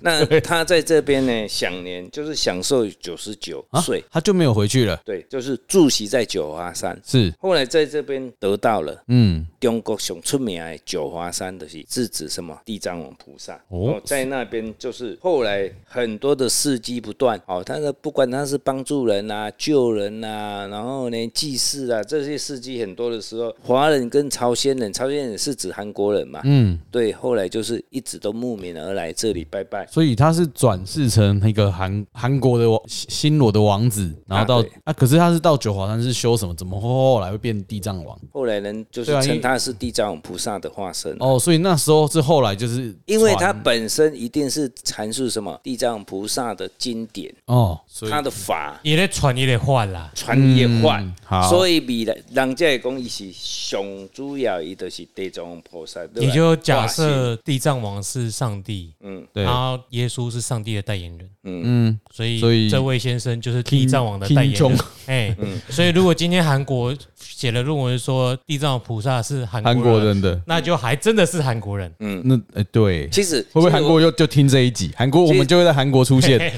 Speaker 3: 那他在这边呢，享年就是享受九十九
Speaker 1: 啊
Speaker 3: 岁，，
Speaker 1: 他就没有回去了，
Speaker 3: 对，就是住席在九华山。
Speaker 1: 是，
Speaker 3: 后来在这边得到了
Speaker 1: 嗯，
Speaker 3: 中国上出名的九华山的是制止什么地藏王菩萨
Speaker 1: 哦
Speaker 3: 哦，在那边就是后来很多的事迹不断哦，他的不管他是帮助人啊、救人啊，然后呢祭祀啊这些事迹很多的时候，华人跟朝鲜人，朝鲜人是指韩国人嘛，
Speaker 1: 嗯，
Speaker 3: 对，后来就是一直都慕名而来这里拜拜，
Speaker 1: 所以他是转世成一个韩韩国的王新罗的王子，然后
Speaker 3: 啊
Speaker 1: 到
Speaker 3: 对
Speaker 1: 啊，可是他是到九华山是修什么？怎么后来会变地藏王？
Speaker 3: 后来人就是
Speaker 1: 对啊因为
Speaker 3: 称他是地藏王菩萨的化身。
Speaker 1: 哦，所以那时候是后来就是
Speaker 3: 因为他
Speaker 1: 传
Speaker 3: 本身一定是阐述什么地藏王菩萨的经典，
Speaker 1: 哦，所以
Speaker 3: 他的法
Speaker 2: 也得传也得换啦。
Speaker 3: 传也法，
Speaker 1: 嗯好
Speaker 3: 所以未来人家会讲伊是上主要，伊就是地藏王菩萨。对吧嗯
Speaker 2: 你就假
Speaker 3: 化身
Speaker 2: 设地藏王是上帝，
Speaker 1: 对
Speaker 2: 然后耶稣是上帝的代言人，
Speaker 1: 嗯
Speaker 2: 所以
Speaker 1: 所以
Speaker 2: 这位先生就是地藏王的代言
Speaker 1: King- King
Speaker 2: 人
Speaker 1: Jong。
Speaker 2: 哎，
Speaker 3: 嗯
Speaker 2: 所以如果今天韩国写了论文说地藏王菩萨是韩
Speaker 1: 韩国
Speaker 2: 国人，
Speaker 1: 人的
Speaker 2: 那就还真的是韩国人。
Speaker 3: 嗯
Speaker 1: 那哎对，
Speaker 3: 其实
Speaker 1: 会不会
Speaker 3: 其实
Speaker 1: 韩
Speaker 3: 我
Speaker 1: 国就就听这一集？韩国我
Speaker 3: 其
Speaker 1: 们
Speaker 3: 实
Speaker 1: 就会在韩国出现，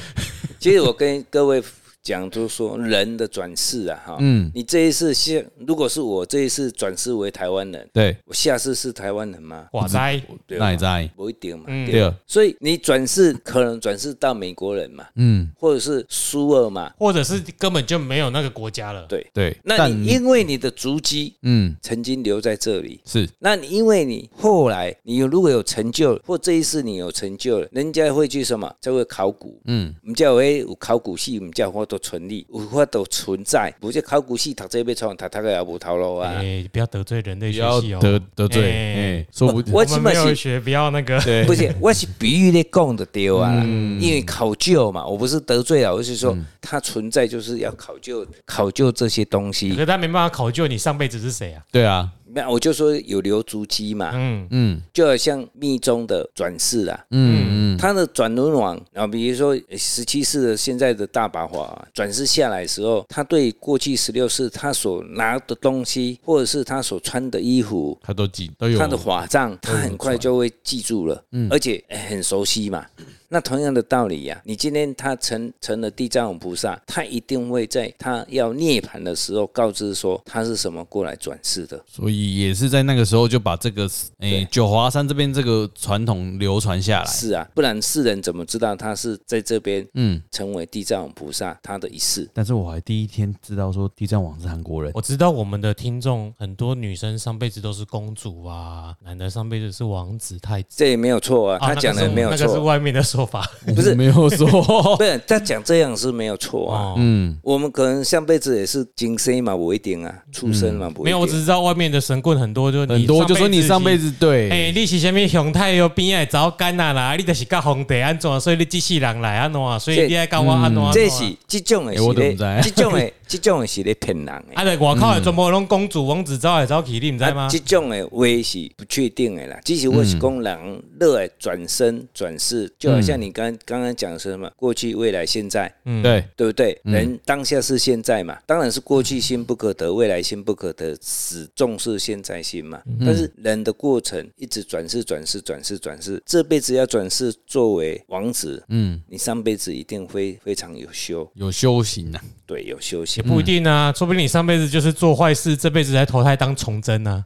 Speaker 3: 其实我跟各位讲，就是说人的转世啊，哈，
Speaker 1: 嗯
Speaker 3: 你这一次是如果是我这一次转世为台湾人，
Speaker 1: 对，
Speaker 3: 我下次是台湾人吗？
Speaker 2: 哇塞，
Speaker 3: 对
Speaker 1: 那
Speaker 3: 吧
Speaker 1: 也？在
Speaker 3: 不一定嘛，
Speaker 2: 嗯
Speaker 1: 对
Speaker 3: 对吧
Speaker 1: 啊。
Speaker 3: 所以你转世可能转世到美国人嘛，
Speaker 1: 嗯
Speaker 3: 或者是苏俄嘛，
Speaker 2: 或者是根本就没有那个国家了。
Speaker 3: 对。
Speaker 1: 对，
Speaker 3: 那
Speaker 1: 但
Speaker 3: 你因为你的足迹
Speaker 1: 嗯
Speaker 3: 曾经留在这里，
Speaker 1: 是
Speaker 3: 那你因为你后来你如果有成就，或这一次你有成就了，人家会去什么？才会考古。
Speaker 1: 嗯
Speaker 3: 我们叫为有考古系，我们叫法都存立，有法都存在。不是考古系读这边创，读读个也无头路啊。
Speaker 2: 哎，不要得罪人类
Speaker 1: 不
Speaker 2: 学
Speaker 1: 要
Speaker 2: 系哦。
Speaker 1: 得得罪，
Speaker 2: 哎
Speaker 1: 哎，说不定
Speaker 3: 我
Speaker 2: 我们
Speaker 3: 起码
Speaker 2: 没有
Speaker 3: 是
Speaker 2: 学，不要那个。
Speaker 1: 对
Speaker 3: 不是，我是比喻的讲的对啊啦，
Speaker 1: 嗯
Speaker 3: 因为考究嘛，我不是得罪啊，我是说它存在就是要考究考究这些东
Speaker 2: 可
Speaker 3: 西。
Speaker 2: 是他没办法考究你上辈子是谁啊？
Speaker 1: 对啊，
Speaker 3: 那我就说有留足迹嘛，
Speaker 2: 嗯，
Speaker 1: 嗯
Speaker 3: 就好像密宗的转世啦，
Speaker 1: 嗯嗯
Speaker 3: 他的转轮王啊，比如说十七世的现在的大法华啊转世下来的时候，他对过去十六世他所拿的东西，或者是他所穿的衣服。
Speaker 1: 他都记都有
Speaker 3: 他的法杖，他很快就会记住了，
Speaker 1: 嗯
Speaker 3: 而且哎很熟悉嘛。那同样的道理呀、你今天他成成了地藏王菩萨，他一定会在他要涅槃的时候告知说他是什么过来转世的。
Speaker 1: 所以也是在那个时候就把这个诶、九华山这边这个传统流传下来。
Speaker 3: 是啊，不然世人怎么知道他是在这边
Speaker 1: 嗯，
Speaker 3: 成为地藏王菩萨他的一世？
Speaker 1: 但是我还第一天知道说地藏王是韩国人，
Speaker 2: 我知道我们的听众很多女生上辈子都是公主啊，男的上辈子是王子太子。
Speaker 3: 这也没有错啊，
Speaker 2: 啊
Speaker 3: 他讲的
Speaker 2: 那个是
Speaker 3: 没有
Speaker 2: 那个是
Speaker 3: 错，
Speaker 2: 外面的说法。
Speaker 1: 不是没有说。
Speaker 3: 不是他讲这样是没有错啊。
Speaker 2: 哦，
Speaker 1: 嗯，
Speaker 3: 我们可能上辈子也是金生嘛，不一定啊，畜生嘛，不一定。
Speaker 2: 没有，我只知道外面的神棍很多，就
Speaker 1: 很多就说 你上辈
Speaker 2: 子
Speaker 1: 子对，
Speaker 2: 是。哎，你是什么熊太哟边爱早干啊啦，你就是甲皇帝安怎，所以你机器人来安怎，啊所以
Speaker 3: 这嗯
Speaker 2: 你爱跟我安怎。啊
Speaker 3: 这是这种的
Speaker 1: 哎我
Speaker 3: 是
Speaker 1: 都
Speaker 3: 咧
Speaker 1: 不知道，
Speaker 3: 这种的这种的是咧骗人的。
Speaker 2: 啊，对，外口的全部拢公主王子走来走去，你唔知吗
Speaker 3: 嗯啊，？这种的话是不确定的啦。只是我是讲人热爱转身转世，就好像你刚刚刚讲的是什么过去、未来、现在，
Speaker 2: 嗯
Speaker 1: 对，
Speaker 3: 对不对？
Speaker 1: 嗯
Speaker 3: 人当下是现在嘛，当然是过去心不可得，未来心不可得，始重视现在心嘛。
Speaker 1: 嗯
Speaker 3: 但是人的过程一直转世、转世、转世、转世，这辈子要转世作为王子，
Speaker 1: 嗯，
Speaker 3: 你上辈子一定会非常有修，
Speaker 1: 有修行啊，
Speaker 3: 对，有修
Speaker 2: 也
Speaker 3: 行，
Speaker 2: 不一定啊，说不定你上辈子就是做坏事，这辈子才投胎当崇祯呢，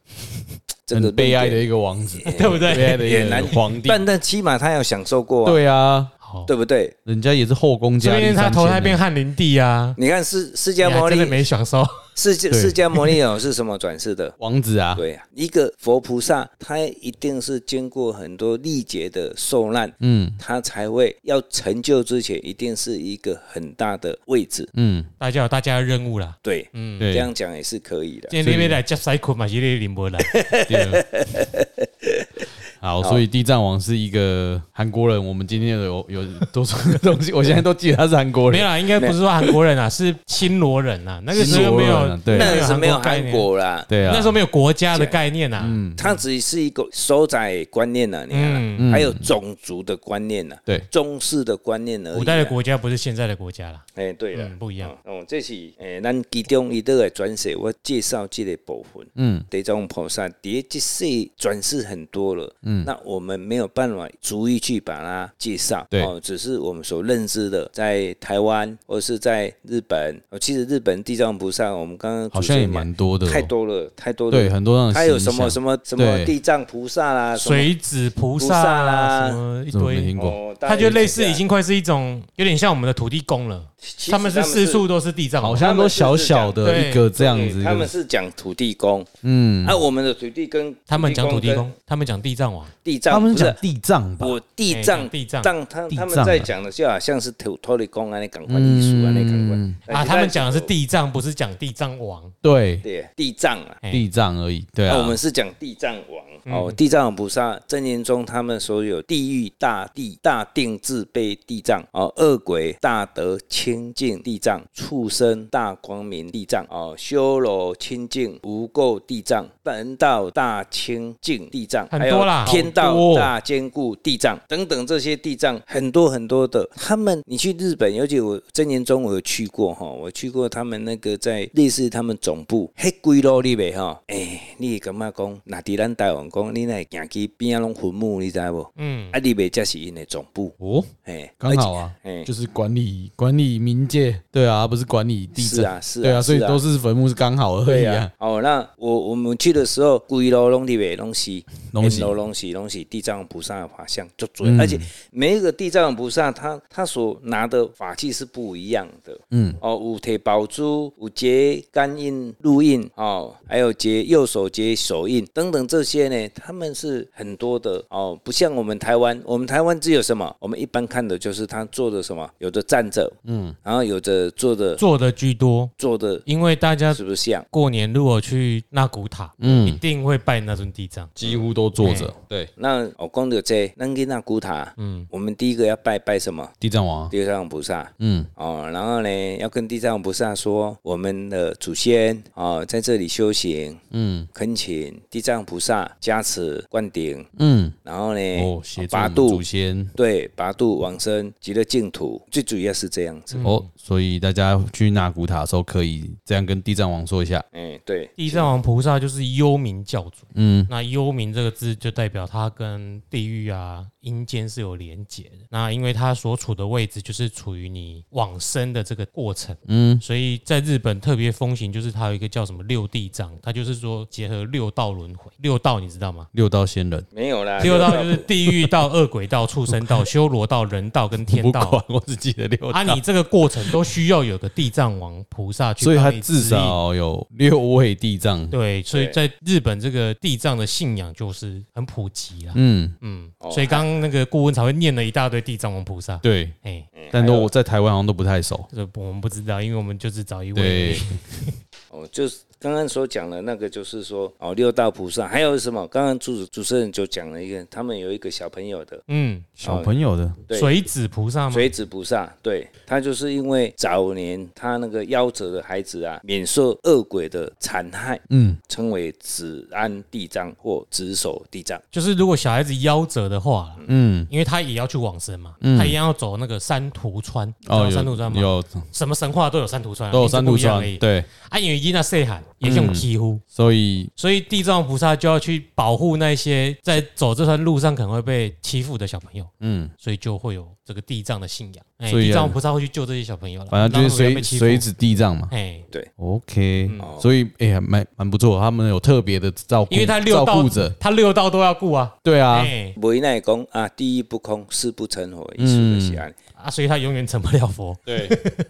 Speaker 3: 这个
Speaker 1: 很悲哀的
Speaker 3: 论
Speaker 1: 一个王子，
Speaker 2: 对不
Speaker 1: 悲哀
Speaker 2: 对？
Speaker 1: 的
Speaker 3: 也
Speaker 1: 一
Speaker 3: 难
Speaker 1: 个皇帝
Speaker 3: 点，。但但起码他要享受过啊，
Speaker 1: 对啊，
Speaker 2: 好，
Speaker 3: 对不对？
Speaker 1: 人家也是后宫
Speaker 2: 说
Speaker 1: 佳
Speaker 2: 不
Speaker 1: 丽
Speaker 2: 定
Speaker 1: 三千
Speaker 2: 他
Speaker 1: 呢，
Speaker 2: 投胎变汉灵帝啊，
Speaker 3: 你看释释
Speaker 2: 你
Speaker 3: 迦
Speaker 2: 还
Speaker 3: 牟
Speaker 2: 真的
Speaker 3: 尼，
Speaker 2: 没享受。
Speaker 3: 释迦
Speaker 1: 对
Speaker 3: 释迦牟尼哦是什么转世的？
Speaker 1: 王子 啊，
Speaker 3: 对呀、一个佛菩萨，他一定是经过很多历劫的受难，
Speaker 1: 嗯
Speaker 3: 他才会要成就之前，一定是一个很大的位置。
Speaker 1: 嗯，
Speaker 2: 大家有大家的任务啦，
Speaker 3: 对，
Speaker 1: 对，
Speaker 3: 这样讲也是可以的。
Speaker 2: 今天那边来接塞捆嘛，是你领不来。
Speaker 1: 对啊好，所以地藏王是一个韩国人，我们今天有有多说的东西，我现在都记得他是韩国
Speaker 2: 没
Speaker 1: 人。
Speaker 2: 有啦，应该不是说韩国人啊，是新罗人啊。那个时候没
Speaker 1: 新
Speaker 2: 有
Speaker 1: 罗人啊，对
Speaker 2: 个
Speaker 3: 那是没有
Speaker 2: 概
Speaker 3: 韩
Speaker 2: 念，
Speaker 3: 国啦，
Speaker 1: 对啊，嗯
Speaker 2: 那时候没有国家的概念啊。
Speaker 3: 它只是一个收窄观念了、啊，你看啊、
Speaker 2: 嗯
Speaker 3: 还有种族的观念呢、啊，
Speaker 1: 对
Speaker 3: 中式的观念而已、啊。
Speaker 2: 古代的国家不是现在的国家啦。
Speaker 3: 哎、对了、
Speaker 2: 嗯不一样
Speaker 3: 哦。哦，这是诶、咱其中一个的转世，我介绍这个部分。嗯，地藏菩萨第一世转世很多了，嗯，那我们没有办法逐一去把它介绍。
Speaker 1: 对
Speaker 3: 哦，只是我们所认知的，在台湾或是在日本，哦，其实日本地藏菩萨，我们刚刚
Speaker 1: 好像也
Speaker 3: 主持人讲
Speaker 1: 蛮多的哦，
Speaker 3: 太多了，太多了。
Speaker 1: 对很多那种
Speaker 3: 还有
Speaker 1: 形
Speaker 3: 什么
Speaker 1: 象
Speaker 3: 什么什么
Speaker 1: 对
Speaker 3: 地藏菩萨啦，什么
Speaker 2: 水子啊菩萨啊
Speaker 3: 菩萨
Speaker 2: 啦，
Speaker 3: 啦
Speaker 2: 什么一
Speaker 1: 这我没
Speaker 2: 堆
Speaker 1: 听，过，
Speaker 3: 哦，大概
Speaker 2: 它就类似
Speaker 3: 是这样
Speaker 2: 已经快是一种有点像我们的土地公了。
Speaker 3: 其实
Speaker 2: 他们是四处都是地藏王，
Speaker 1: 好像都小小的一个这样子
Speaker 3: 对
Speaker 1: 一
Speaker 3: 他们
Speaker 1: 个，
Speaker 3: 是讲土地公，
Speaker 1: 嗯，
Speaker 3: 啊，我们的土地公，
Speaker 2: 他们讲土地
Speaker 3: 跟
Speaker 2: 公，他们讲地藏王，
Speaker 3: 地藏，
Speaker 1: 他们
Speaker 3: 不
Speaker 1: 是
Speaker 3: 是
Speaker 1: 讲地藏吧？
Speaker 3: 我地
Speaker 2: 哎
Speaker 3: 藏
Speaker 2: 地藏
Speaker 3: 他
Speaker 1: 地
Speaker 3: 他们
Speaker 1: 藏
Speaker 3: 在
Speaker 1: 啊
Speaker 3: 讲的就好像是土土地公啊，那感官艺术啊，那感官
Speaker 2: 啊，他们讲的是地藏，不是讲地藏王。
Speaker 1: 对，
Speaker 3: 对地藏啊，
Speaker 2: 哎
Speaker 1: 地藏而已，对
Speaker 3: 那、
Speaker 1: 啊，
Speaker 3: 我们是讲地藏王、哦，
Speaker 2: 嗯
Speaker 3: 地藏王菩萨真言中他们所有地狱大地大定制被地藏哦，恶鬼大德清净地藏，畜生大光明地藏哦，修罗清净无垢地藏，本道大清净地藏，
Speaker 2: 很多啦
Speaker 3: 还有天
Speaker 2: 好多
Speaker 3: 道
Speaker 2: 哦
Speaker 3: 大坚固地藏等等这些地藏很多很多的，他们你去日本，尤其我真言中我有去过哈，我去过他们那个在类似他们总部黑鬼路里边哈，哎、你会感觉讲，那伫咱台湾讲，你那行去边啊拢坟墓，你知无？
Speaker 2: 嗯，
Speaker 3: 啊，里边才是因的总部，
Speaker 1: 哦，
Speaker 3: 哎、
Speaker 1: 刚好啊
Speaker 3: 而且，哎
Speaker 1: 就是管理管理冥界，对啊，不是管理地
Speaker 3: 是
Speaker 1: 藏
Speaker 3: 啊，是啊
Speaker 1: 对啊，所以
Speaker 3: 是啊
Speaker 1: 都是坟墓是刚好而
Speaker 3: 对
Speaker 1: 已
Speaker 3: 呀、
Speaker 1: 啊
Speaker 3: 啊，，哦，那我我们去的时候，规路拢里边拢是，
Speaker 1: 拢是
Speaker 3: 沿路拢是拢是地藏菩萨的法相，就准、而且每一个地藏菩萨他他所拿的法器是不一样的，嗯，哦，五铁宝珠，五结干印、露印，哦，还有结右手结手印等等这些呢，他们是很多的哦，不像我们台湾，我们台湾只有什么，我们一般看的就是他做的什么，有的站着，嗯，然后有的坐的
Speaker 2: 做的居多，
Speaker 3: 坐的
Speaker 2: 因为大家
Speaker 3: 是不是像？
Speaker 2: 过年如果去那古塔，嗯，一定会拜那尊地藏。
Speaker 1: 几乎都坐着，哎对，
Speaker 3: 那我讲到这，咱囡仔古塔，嗯，我们第一个要拜拜什么？
Speaker 1: 地藏王啊，
Speaker 3: 地藏菩萨
Speaker 1: 嗯，
Speaker 3: 哦，然后呢，要跟地藏菩萨说，我们的祖先哦，在这里修行，嗯，恳请地藏菩萨加持灌顶，
Speaker 1: 嗯，
Speaker 3: 然后
Speaker 2: 哎
Speaker 3: 呢，
Speaker 1: 哦，协助我
Speaker 3: 拔
Speaker 1: 们祖
Speaker 3: 度，
Speaker 1: 先。
Speaker 3: 对，拔度往生极乐净土，最主要是这样子，
Speaker 2: 嗯
Speaker 1: 哦，所以大家去纳古塔的时候，可以这样跟地藏王说一下，
Speaker 3: 哎，对，
Speaker 2: 地藏王菩萨就是幽冥教主，
Speaker 1: 嗯，
Speaker 2: 那幽冥这个字就代表他跟地狱啊、阴间是有连结的。那因为他所处的位置就是处于你往生的这个过程，嗯，所以在日本特别风行，就是它有一个叫什么六地藏，它就是说结合六道轮回。六道你知道吗？
Speaker 1: 六道仙人。
Speaker 3: 没有啦，
Speaker 2: 啊六道就是地狱道、恶鬼道、畜生道、修罗道、人道跟天
Speaker 1: 不
Speaker 2: 道
Speaker 1: 管。，我只记得六
Speaker 2: 啊，
Speaker 1: 道
Speaker 2: 你。这个过程都需要有个地藏王菩萨去
Speaker 1: 所
Speaker 2: 帮
Speaker 1: 以
Speaker 2: 你指引，
Speaker 1: 他哦至少有六位地藏。
Speaker 2: 对，所以
Speaker 3: 对
Speaker 2: 在日本这个地藏的信仰就是很普及啦。
Speaker 1: 嗯，
Speaker 2: 嗯，
Speaker 3: 哦
Speaker 2: 所以刚刚那个顾问才会念了一大堆地藏王菩萨。
Speaker 1: 对，
Speaker 2: 哎，
Speaker 1: 但都我在台湾好像都不太熟。
Speaker 2: 这我们不知道，因为我们就是找一位
Speaker 1: 对，
Speaker 3: 哦，就是刚刚所讲的那个，就是说哦，六道菩萨，还有什么？刚刚主主持人就讲了一个，他们有一个小朋友的
Speaker 2: 嗯，
Speaker 1: 小朋友的，
Speaker 3: 对
Speaker 2: 水子菩
Speaker 1: 啊
Speaker 2: 萨吗？
Speaker 3: 垂子菩萨，对他就是因为早年他那个夭折的孩子啊，免受恶鬼的残害，
Speaker 1: 嗯，
Speaker 3: 称为子安地藏或子守地藏。
Speaker 2: 就是如果小孩子夭折的话啦，
Speaker 1: 嗯，
Speaker 2: 因为他也要去往生嘛，
Speaker 1: 嗯
Speaker 2: 他一样要走那个三途川，
Speaker 1: 哦，
Speaker 2: 知道三途川
Speaker 1: 有
Speaker 2: 吗？
Speaker 1: 有
Speaker 2: 什么神话都有三途川啊，
Speaker 1: 都有
Speaker 2: 名字
Speaker 1: 三
Speaker 2: 不
Speaker 1: 途
Speaker 2: 一样而
Speaker 1: 川，
Speaker 2: 已。
Speaker 1: 对，嗯
Speaker 2: 啊，因为伊那细汉也用欺负，
Speaker 1: 所以
Speaker 2: 所以地藏菩萨就要去保护那些在走这段路上可能会被欺负的小朋友，
Speaker 1: 嗯，
Speaker 2: 所以就会有这个地藏的信仰。哎、
Speaker 1: 所以啊
Speaker 2: 地藏菩萨会去救这些小朋友了，
Speaker 1: 反正就是
Speaker 2: 让他们不要
Speaker 1: 水
Speaker 2: 被欺
Speaker 1: 水
Speaker 2: 负。
Speaker 1: 子地藏嘛。
Speaker 2: 哎，
Speaker 1: OK，所以哎，还蛮蛮不错，他们有特别的照顾，
Speaker 2: 因为他六
Speaker 1: 照
Speaker 2: 道
Speaker 1: 顾者，，
Speaker 2: 他六道都要顾啊。
Speaker 1: 对啊，
Speaker 2: 哎
Speaker 3: 维奈公啊，地狱不空，誓不成佛，一术的喜安。
Speaker 2: 啊，所以他永远成不了佛。
Speaker 1: 对，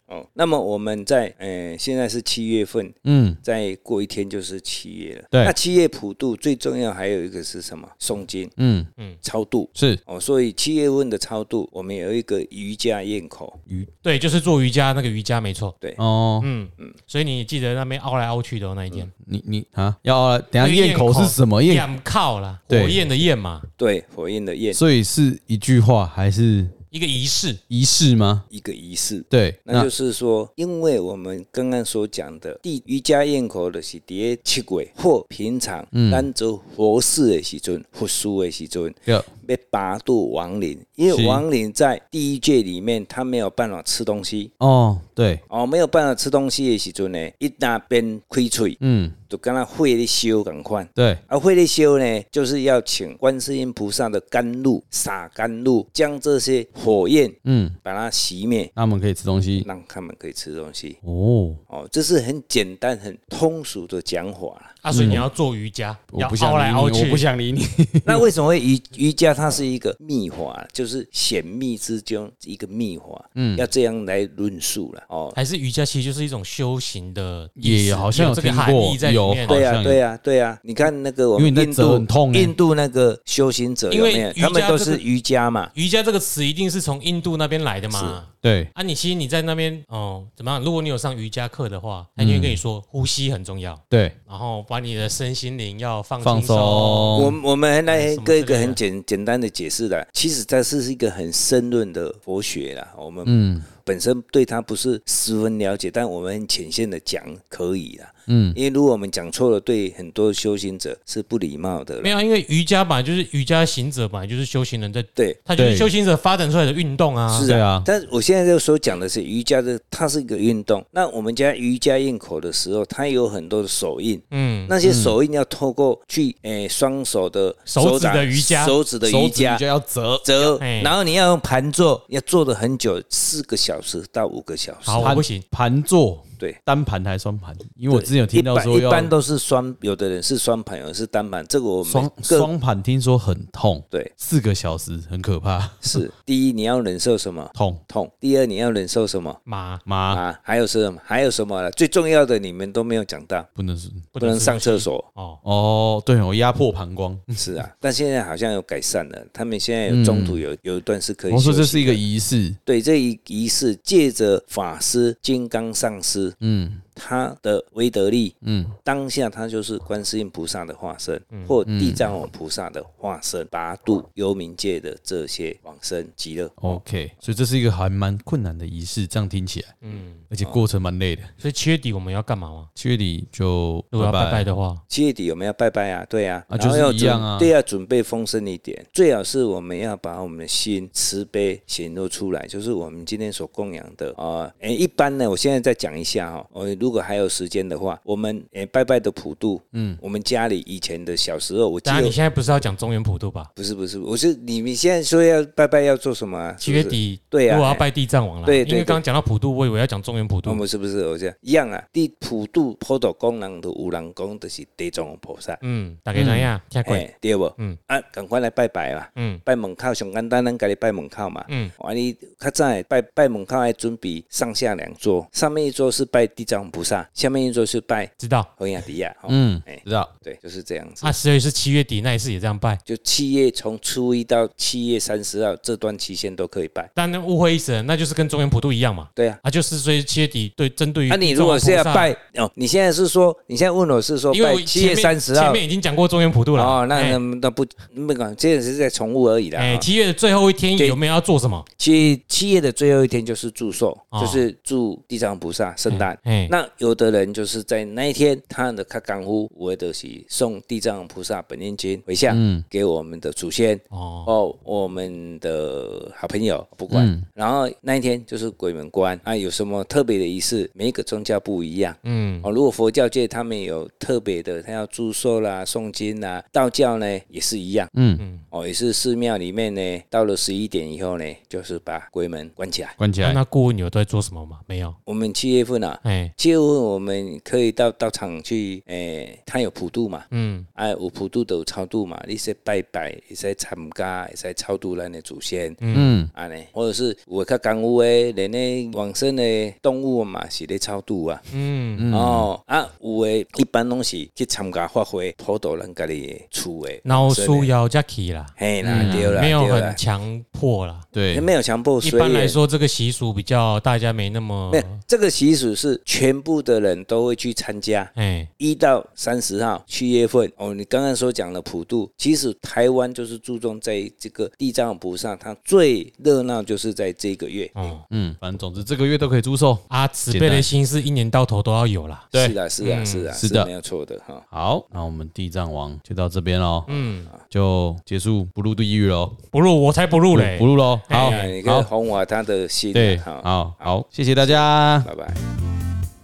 Speaker 3: 哦，那么我们在呃现在是七月份，
Speaker 1: 嗯，
Speaker 3: 再过一天就是七月了。
Speaker 1: 对
Speaker 3: 那七月普渡最重要还有一个是什么？诵经
Speaker 1: 嗯，
Speaker 3: 超度
Speaker 2: 嗯
Speaker 1: 是
Speaker 3: 哦，所以七月份的超度，我们有一个瑜伽宴口，
Speaker 2: 对，就是做瑜伽那个瑜伽没错。
Speaker 1: 哦，
Speaker 2: 嗯嗯，所以你记得那边凹来凹去的哦那一天，
Speaker 1: 你你啊，要等一下
Speaker 2: 那个
Speaker 1: 咽口是什么咽？
Speaker 2: 焰靠啦，火
Speaker 1: 对
Speaker 2: 焰的焰嘛，
Speaker 3: 对，火焰的焰，
Speaker 1: 所以是一句话还是
Speaker 2: 一个仪式。
Speaker 1: 仪式吗？
Speaker 3: 一个仪式。
Speaker 1: 对，
Speaker 3: 那
Speaker 1: 那
Speaker 3: 就是说，因为我们刚刚所讲的，第瑜伽宴口的是第一七月或平常
Speaker 1: 嗯
Speaker 3: 咱做佛事的时阵、佛事的时阵，
Speaker 1: 要
Speaker 3: 要拔度亡灵，因
Speaker 1: 是
Speaker 3: 为亡灵在第一界里面，他没有办法吃东西。
Speaker 1: 哦，对，
Speaker 3: 哦，没有办法吃东西的时阵呢，一大边开嘴，
Speaker 1: 嗯，
Speaker 3: 就跟那火咧烧同款。
Speaker 1: 对，
Speaker 3: 而火咧烧呢，就是要请观世音菩萨的甘露洒甘露，将这些火焰
Speaker 1: 嗯，
Speaker 3: 把它熄灭，
Speaker 1: 那我们可以吃东西
Speaker 3: 让他们可以吃东西。
Speaker 1: 哦，
Speaker 3: 哦，这是很简单、很通俗的讲法啦
Speaker 2: 啊，所以你要做瑜伽，
Speaker 1: 嗯我
Speaker 2: 要
Speaker 1: 不想
Speaker 2: 凹来凹
Speaker 1: 理你，
Speaker 2: 去，
Speaker 1: 我不想理你。
Speaker 3: 那为什么会瑜瑜伽它是一个秘法，就是显密之中一个秘法，嗯，要这样来论述了。哦，
Speaker 2: 还是瑜伽其实就是一种修行的意思，
Speaker 1: 也好像有
Speaker 2: 有这个
Speaker 1: 听
Speaker 2: 含
Speaker 1: 过
Speaker 2: 义在里
Speaker 1: 有
Speaker 2: 面。
Speaker 1: 好
Speaker 3: 对
Speaker 1: 像
Speaker 3: 呀、对呀、对呀、你看那个我们
Speaker 1: 因为你
Speaker 3: 印
Speaker 1: 在折
Speaker 3: 度
Speaker 1: 很痛欸
Speaker 3: 印度那个修行者有没
Speaker 2: 因
Speaker 3: 有
Speaker 2: 为？瑜
Speaker 3: 他们
Speaker 2: 伽
Speaker 3: 都
Speaker 2: 这个
Speaker 3: 是瑜伽嘛。
Speaker 2: 瑜伽这个词一定是从印度那边来的嘛？
Speaker 1: 对，
Speaker 2: 啊，你其实你在那边哦，怎么样？如果你有上瑜伽课的话，他就会跟你说呼吸很重要，
Speaker 1: 对，
Speaker 2: 然后把你的身心灵要放
Speaker 1: 放
Speaker 2: 轻松。
Speaker 1: 松，
Speaker 3: 我我们来
Speaker 2: 什么
Speaker 3: 各
Speaker 2: 之
Speaker 3: 一
Speaker 2: 类
Speaker 3: 个
Speaker 2: 的
Speaker 3: 很简简单的解释的，其实它是一个很深论的佛学啦。我们
Speaker 1: 嗯
Speaker 3: 本身对它不是十分了解，但我们很浅显的讲可以啦。
Speaker 1: 嗯，
Speaker 3: 因为如果我们讲错了，对很多修行者是不礼貌的
Speaker 2: 没
Speaker 3: 啦。
Speaker 2: 有啊，因为瑜伽本来就是瑜伽行者，本来就是修行人在，
Speaker 3: 对，
Speaker 2: 他就是
Speaker 1: 对
Speaker 2: 修行者发展出来的运动啊。
Speaker 1: 对啊，
Speaker 3: 但是我现在就所讲的是瑜伽的，它是一个运动。那我们家瑜伽印口的时候，它有很多的手印，
Speaker 2: 嗯，
Speaker 3: 那些手印要透过去诶双、手的
Speaker 2: 手指的
Speaker 3: 掌
Speaker 2: 瑜伽
Speaker 3: 手指的
Speaker 1: 嗯手
Speaker 3: 瑜
Speaker 1: 指
Speaker 3: 伽
Speaker 1: 就要折，
Speaker 3: 折
Speaker 2: 嘿，
Speaker 3: 然后你要用盘坐，要坐的很久，四个小时到五个小时。
Speaker 2: 好，我不行。
Speaker 1: 盘坐，
Speaker 3: 对，
Speaker 1: 单盘还是双盘？因为我之前有听到说
Speaker 3: 一般一
Speaker 1: 要
Speaker 3: 般都是双，有的人是双盘，有的是单盘，这个我们
Speaker 1: 双
Speaker 3: 各
Speaker 1: 双盘，听说很痛，
Speaker 3: 对
Speaker 1: 四个小时很可怕，
Speaker 3: 是第一你要忍受什么
Speaker 1: 痛
Speaker 3: 痛，第二你要忍受什么
Speaker 2: 麻
Speaker 1: 麻
Speaker 3: 啊？还有是什么？还有什么了？最重要的你们都没有讲到，
Speaker 1: 不能是
Speaker 2: 不
Speaker 3: 不能
Speaker 2: 吃
Speaker 3: 上厕
Speaker 2: 东西
Speaker 3: 所。
Speaker 2: 哦，
Speaker 1: 哦，对我压迫膀胱。
Speaker 3: 是啊，但现在好像有改善了，他们现在有中途有有一段是可以
Speaker 1: 嗯
Speaker 3: 休
Speaker 1: 我
Speaker 3: 息
Speaker 1: 说
Speaker 3: 的。
Speaker 1: 哦这是一个仪式，
Speaker 3: 对这一仪式，借着法师金刚上师，
Speaker 1: 嗯
Speaker 3: 他的威德力，
Speaker 1: 嗯，
Speaker 3: 当下他就是观世音菩萨的化身，或地
Speaker 1: 嗯
Speaker 3: 藏王菩萨的化身，八度幽冥界的这些往生极乐。
Speaker 1: ，OK，所以这是一个还蛮困难的仪式，这样听起来，
Speaker 2: 嗯，
Speaker 1: 而且过程蛮累的。
Speaker 2: 所以七月底我们要干嘛吗？
Speaker 1: 七月底就
Speaker 2: 如果要拜
Speaker 1: 拜
Speaker 2: 拜的话，
Speaker 3: 七月底我们要拜拜啊，对啊，
Speaker 1: 啊
Speaker 3: 然后要
Speaker 1: 就是一样啊
Speaker 3: 准对，要准备丰盛一点，最好是我们要把我们的心慈悲显露出来，就是我们今天所供养的啊。诶、一般呢，我现在再讲一下哈、哦，如果还有时间的话，我们诶、拜拜的普渡，嗯，我们家里以前的小时候，我记
Speaker 2: 当然你
Speaker 3: 得。
Speaker 2: 现在不是要讲中原普渡吧？
Speaker 3: 不是不是，我是你们现在说要拜拜要做什么、啊？
Speaker 2: 七月
Speaker 3: 是不是
Speaker 2: 底，
Speaker 3: 对啊
Speaker 2: 如果要拜地藏王了，
Speaker 3: 对对
Speaker 2: 因为刚刚讲到普渡，我以为要讲中原普
Speaker 3: 我
Speaker 2: 渡，
Speaker 3: 们是不是有这样一样啊？第普渡普渡功人的有人讲的是地藏王菩萨，
Speaker 2: 嗯，大概怎样？下跪，
Speaker 3: 哎，对不？
Speaker 2: 嗯
Speaker 3: 啊，赶快来拜拜啦！
Speaker 2: 嗯
Speaker 3: 拜门口上简单，咱家己拜门口嘛。
Speaker 2: 嗯，
Speaker 3: 啊，你较早的拜拜门口要准备上下两桌，上面一桌是拜地藏王菩萨，下面一桌是拜
Speaker 2: 知道
Speaker 3: 恒雅迪亚。哦，
Speaker 1: 嗯
Speaker 3: 哎，
Speaker 1: 知道
Speaker 3: 对，就是这样子。
Speaker 2: 啊，所以是七月底那一次也这样拜，
Speaker 3: 就七月从初一到七月三十号这段期间都可以拜。
Speaker 2: 但那误会一人，那就是跟中原普渡一样嘛，
Speaker 3: 对啊，
Speaker 2: 啊，就是所以七月底对针对于
Speaker 3: 那、啊你如果是
Speaker 2: 中
Speaker 3: 要
Speaker 2: 原菩萨，
Speaker 3: 拜哦，你现在是说你现在问我是说
Speaker 2: 因为
Speaker 3: 拜
Speaker 2: 我
Speaker 3: 七月
Speaker 2: 前面
Speaker 3: 三十号
Speaker 2: 前面已经讲过中原普渡了，
Speaker 3: 哦，那
Speaker 2: 哎
Speaker 3: 那那不那个，这也是在重复而已啦。
Speaker 2: 哎，
Speaker 3: 哦
Speaker 2: 七月的最后一天
Speaker 3: 对
Speaker 2: 有没有要做什么？
Speaker 3: 七七月的最后一天就是祝寿，
Speaker 2: 哦
Speaker 3: 就是祝地藏菩萨圣诞。
Speaker 2: 哎，
Speaker 3: 那有的人就是在那一天，他的卡干呼，我的是送地藏菩萨本愿经回向
Speaker 1: 嗯
Speaker 3: 给我们的祖先
Speaker 2: 哦，
Speaker 3: 哦，我们的好朋友不管。
Speaker 1: 嗯
Speaker 3: 然后那一天就是鬼门关啊，有什么特别的仪式？每一个宗教不一样。
Speaker 2: 嗯，
Speaker 3: 哦，如果佛教界他们有特别的，他要祝寿啦、诵经啦；道教呢也是一样，
Speaker 1: 嗯，
Speaker 3: 哦，也是寺庙里面呢，到了十一点以后呢，就是把鬼门关起来。
Speaker 1: 关起来
Speaker 2: 那顾问有在做什么吗？没有，
Speaker 3: 我们七月份啊，
Speaker 2: 哎，
Speaker 3: 七业务我们可以到道场去，诶、它有普渡嘛，
Speaker 2: 嗯，
Speaker 3: 啊有普渡就有超度嘛，你说拜拜，会使参加，会使超度咱的祖先，
Speaker 1: 嗯，
Speaker 3: 安尼，或者是有的较功夫的，连咧往生的动物嘛是咧超度啊。
Speaker 2: 嗯，
Speaker 3: 哦，啊，有诶，一般拢是去参加发挥，普渡咱家己的厝诶。
Speaker 2: 然后
Speaker 3: 生
Speaker 2: 输
Speaker 3: 的
Speaker 2: 要加 key 啦，
Speaker 3: 嘿啦，对啦，
Speaker 2: 没有
Speaker 3: 对
Speaker 2: 很
Speaker 3: 啦，
Speaker 2: 强迫啦。
Speaker 1: 对，
Speaker 3: 没有强迫。
Speaker 2: 一
Speaker 3: 所以
Speaker 2: 般来，说，这个习俗比较大家没那么
Speaker 3: 没，有这个习俗是全部的人都会去参加。
Speaker 2: 哎，
Speaker 3: 一到三十号七月份哦，你刚刚所讲的普渡，其实台湾就是注重在这个地藏菩萨，它最热闹就是在这个月。
Speaker 2: 哦，
Speaker 1: 嗯，反正总之这个月都可以祝寿。
Speaker 2: 啊，慈
Speaker 1: 简
Speaker 2: 悲的
Speaker 1: 单
Speaker 2: 心是一年到头都要有啦。
Speaker 1: 对
Speaker 3: 是啊，是啊，
Speaker 2: 嗯
Speaker 3: 是啊，
Speaker 1: 是的
Speaker 3: 没有错的哈。
Speaker 1: 好，那我们地藏王就到这边喽，
Speaker 2: 嗯，
Speaker 1: 就结束不入地狱喽，
Speaker 2: 不入我才不入
Speaker 1: 不
Speaker 2: 嘞，
Speaker 1: 不入喽。好
Speaker 3: 哎你，看
Speaker 1: 好，
Speaker 3: 红华他的心啊，
Speaker 1: 对，
Speaker 3: 哈，
Speaker 1: 好好，谢谢大家。
Speaker 3: 拜拜。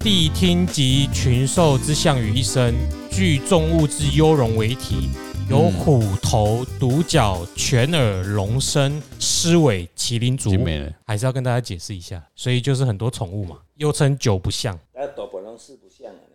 Speaker 2: 谛听及群兽之象于一身，聚众物之幽容为体，有虎头、独角、犬耳、龙身、狮尾、麒麟
Speaker 1: 已
Speaker 2: 足
Speaker 1: 经，没了。
Speaker 2: 还是要跟大家解释一下。所以就是很多宠物嘛，又称九不像。
Speaker 3: 来，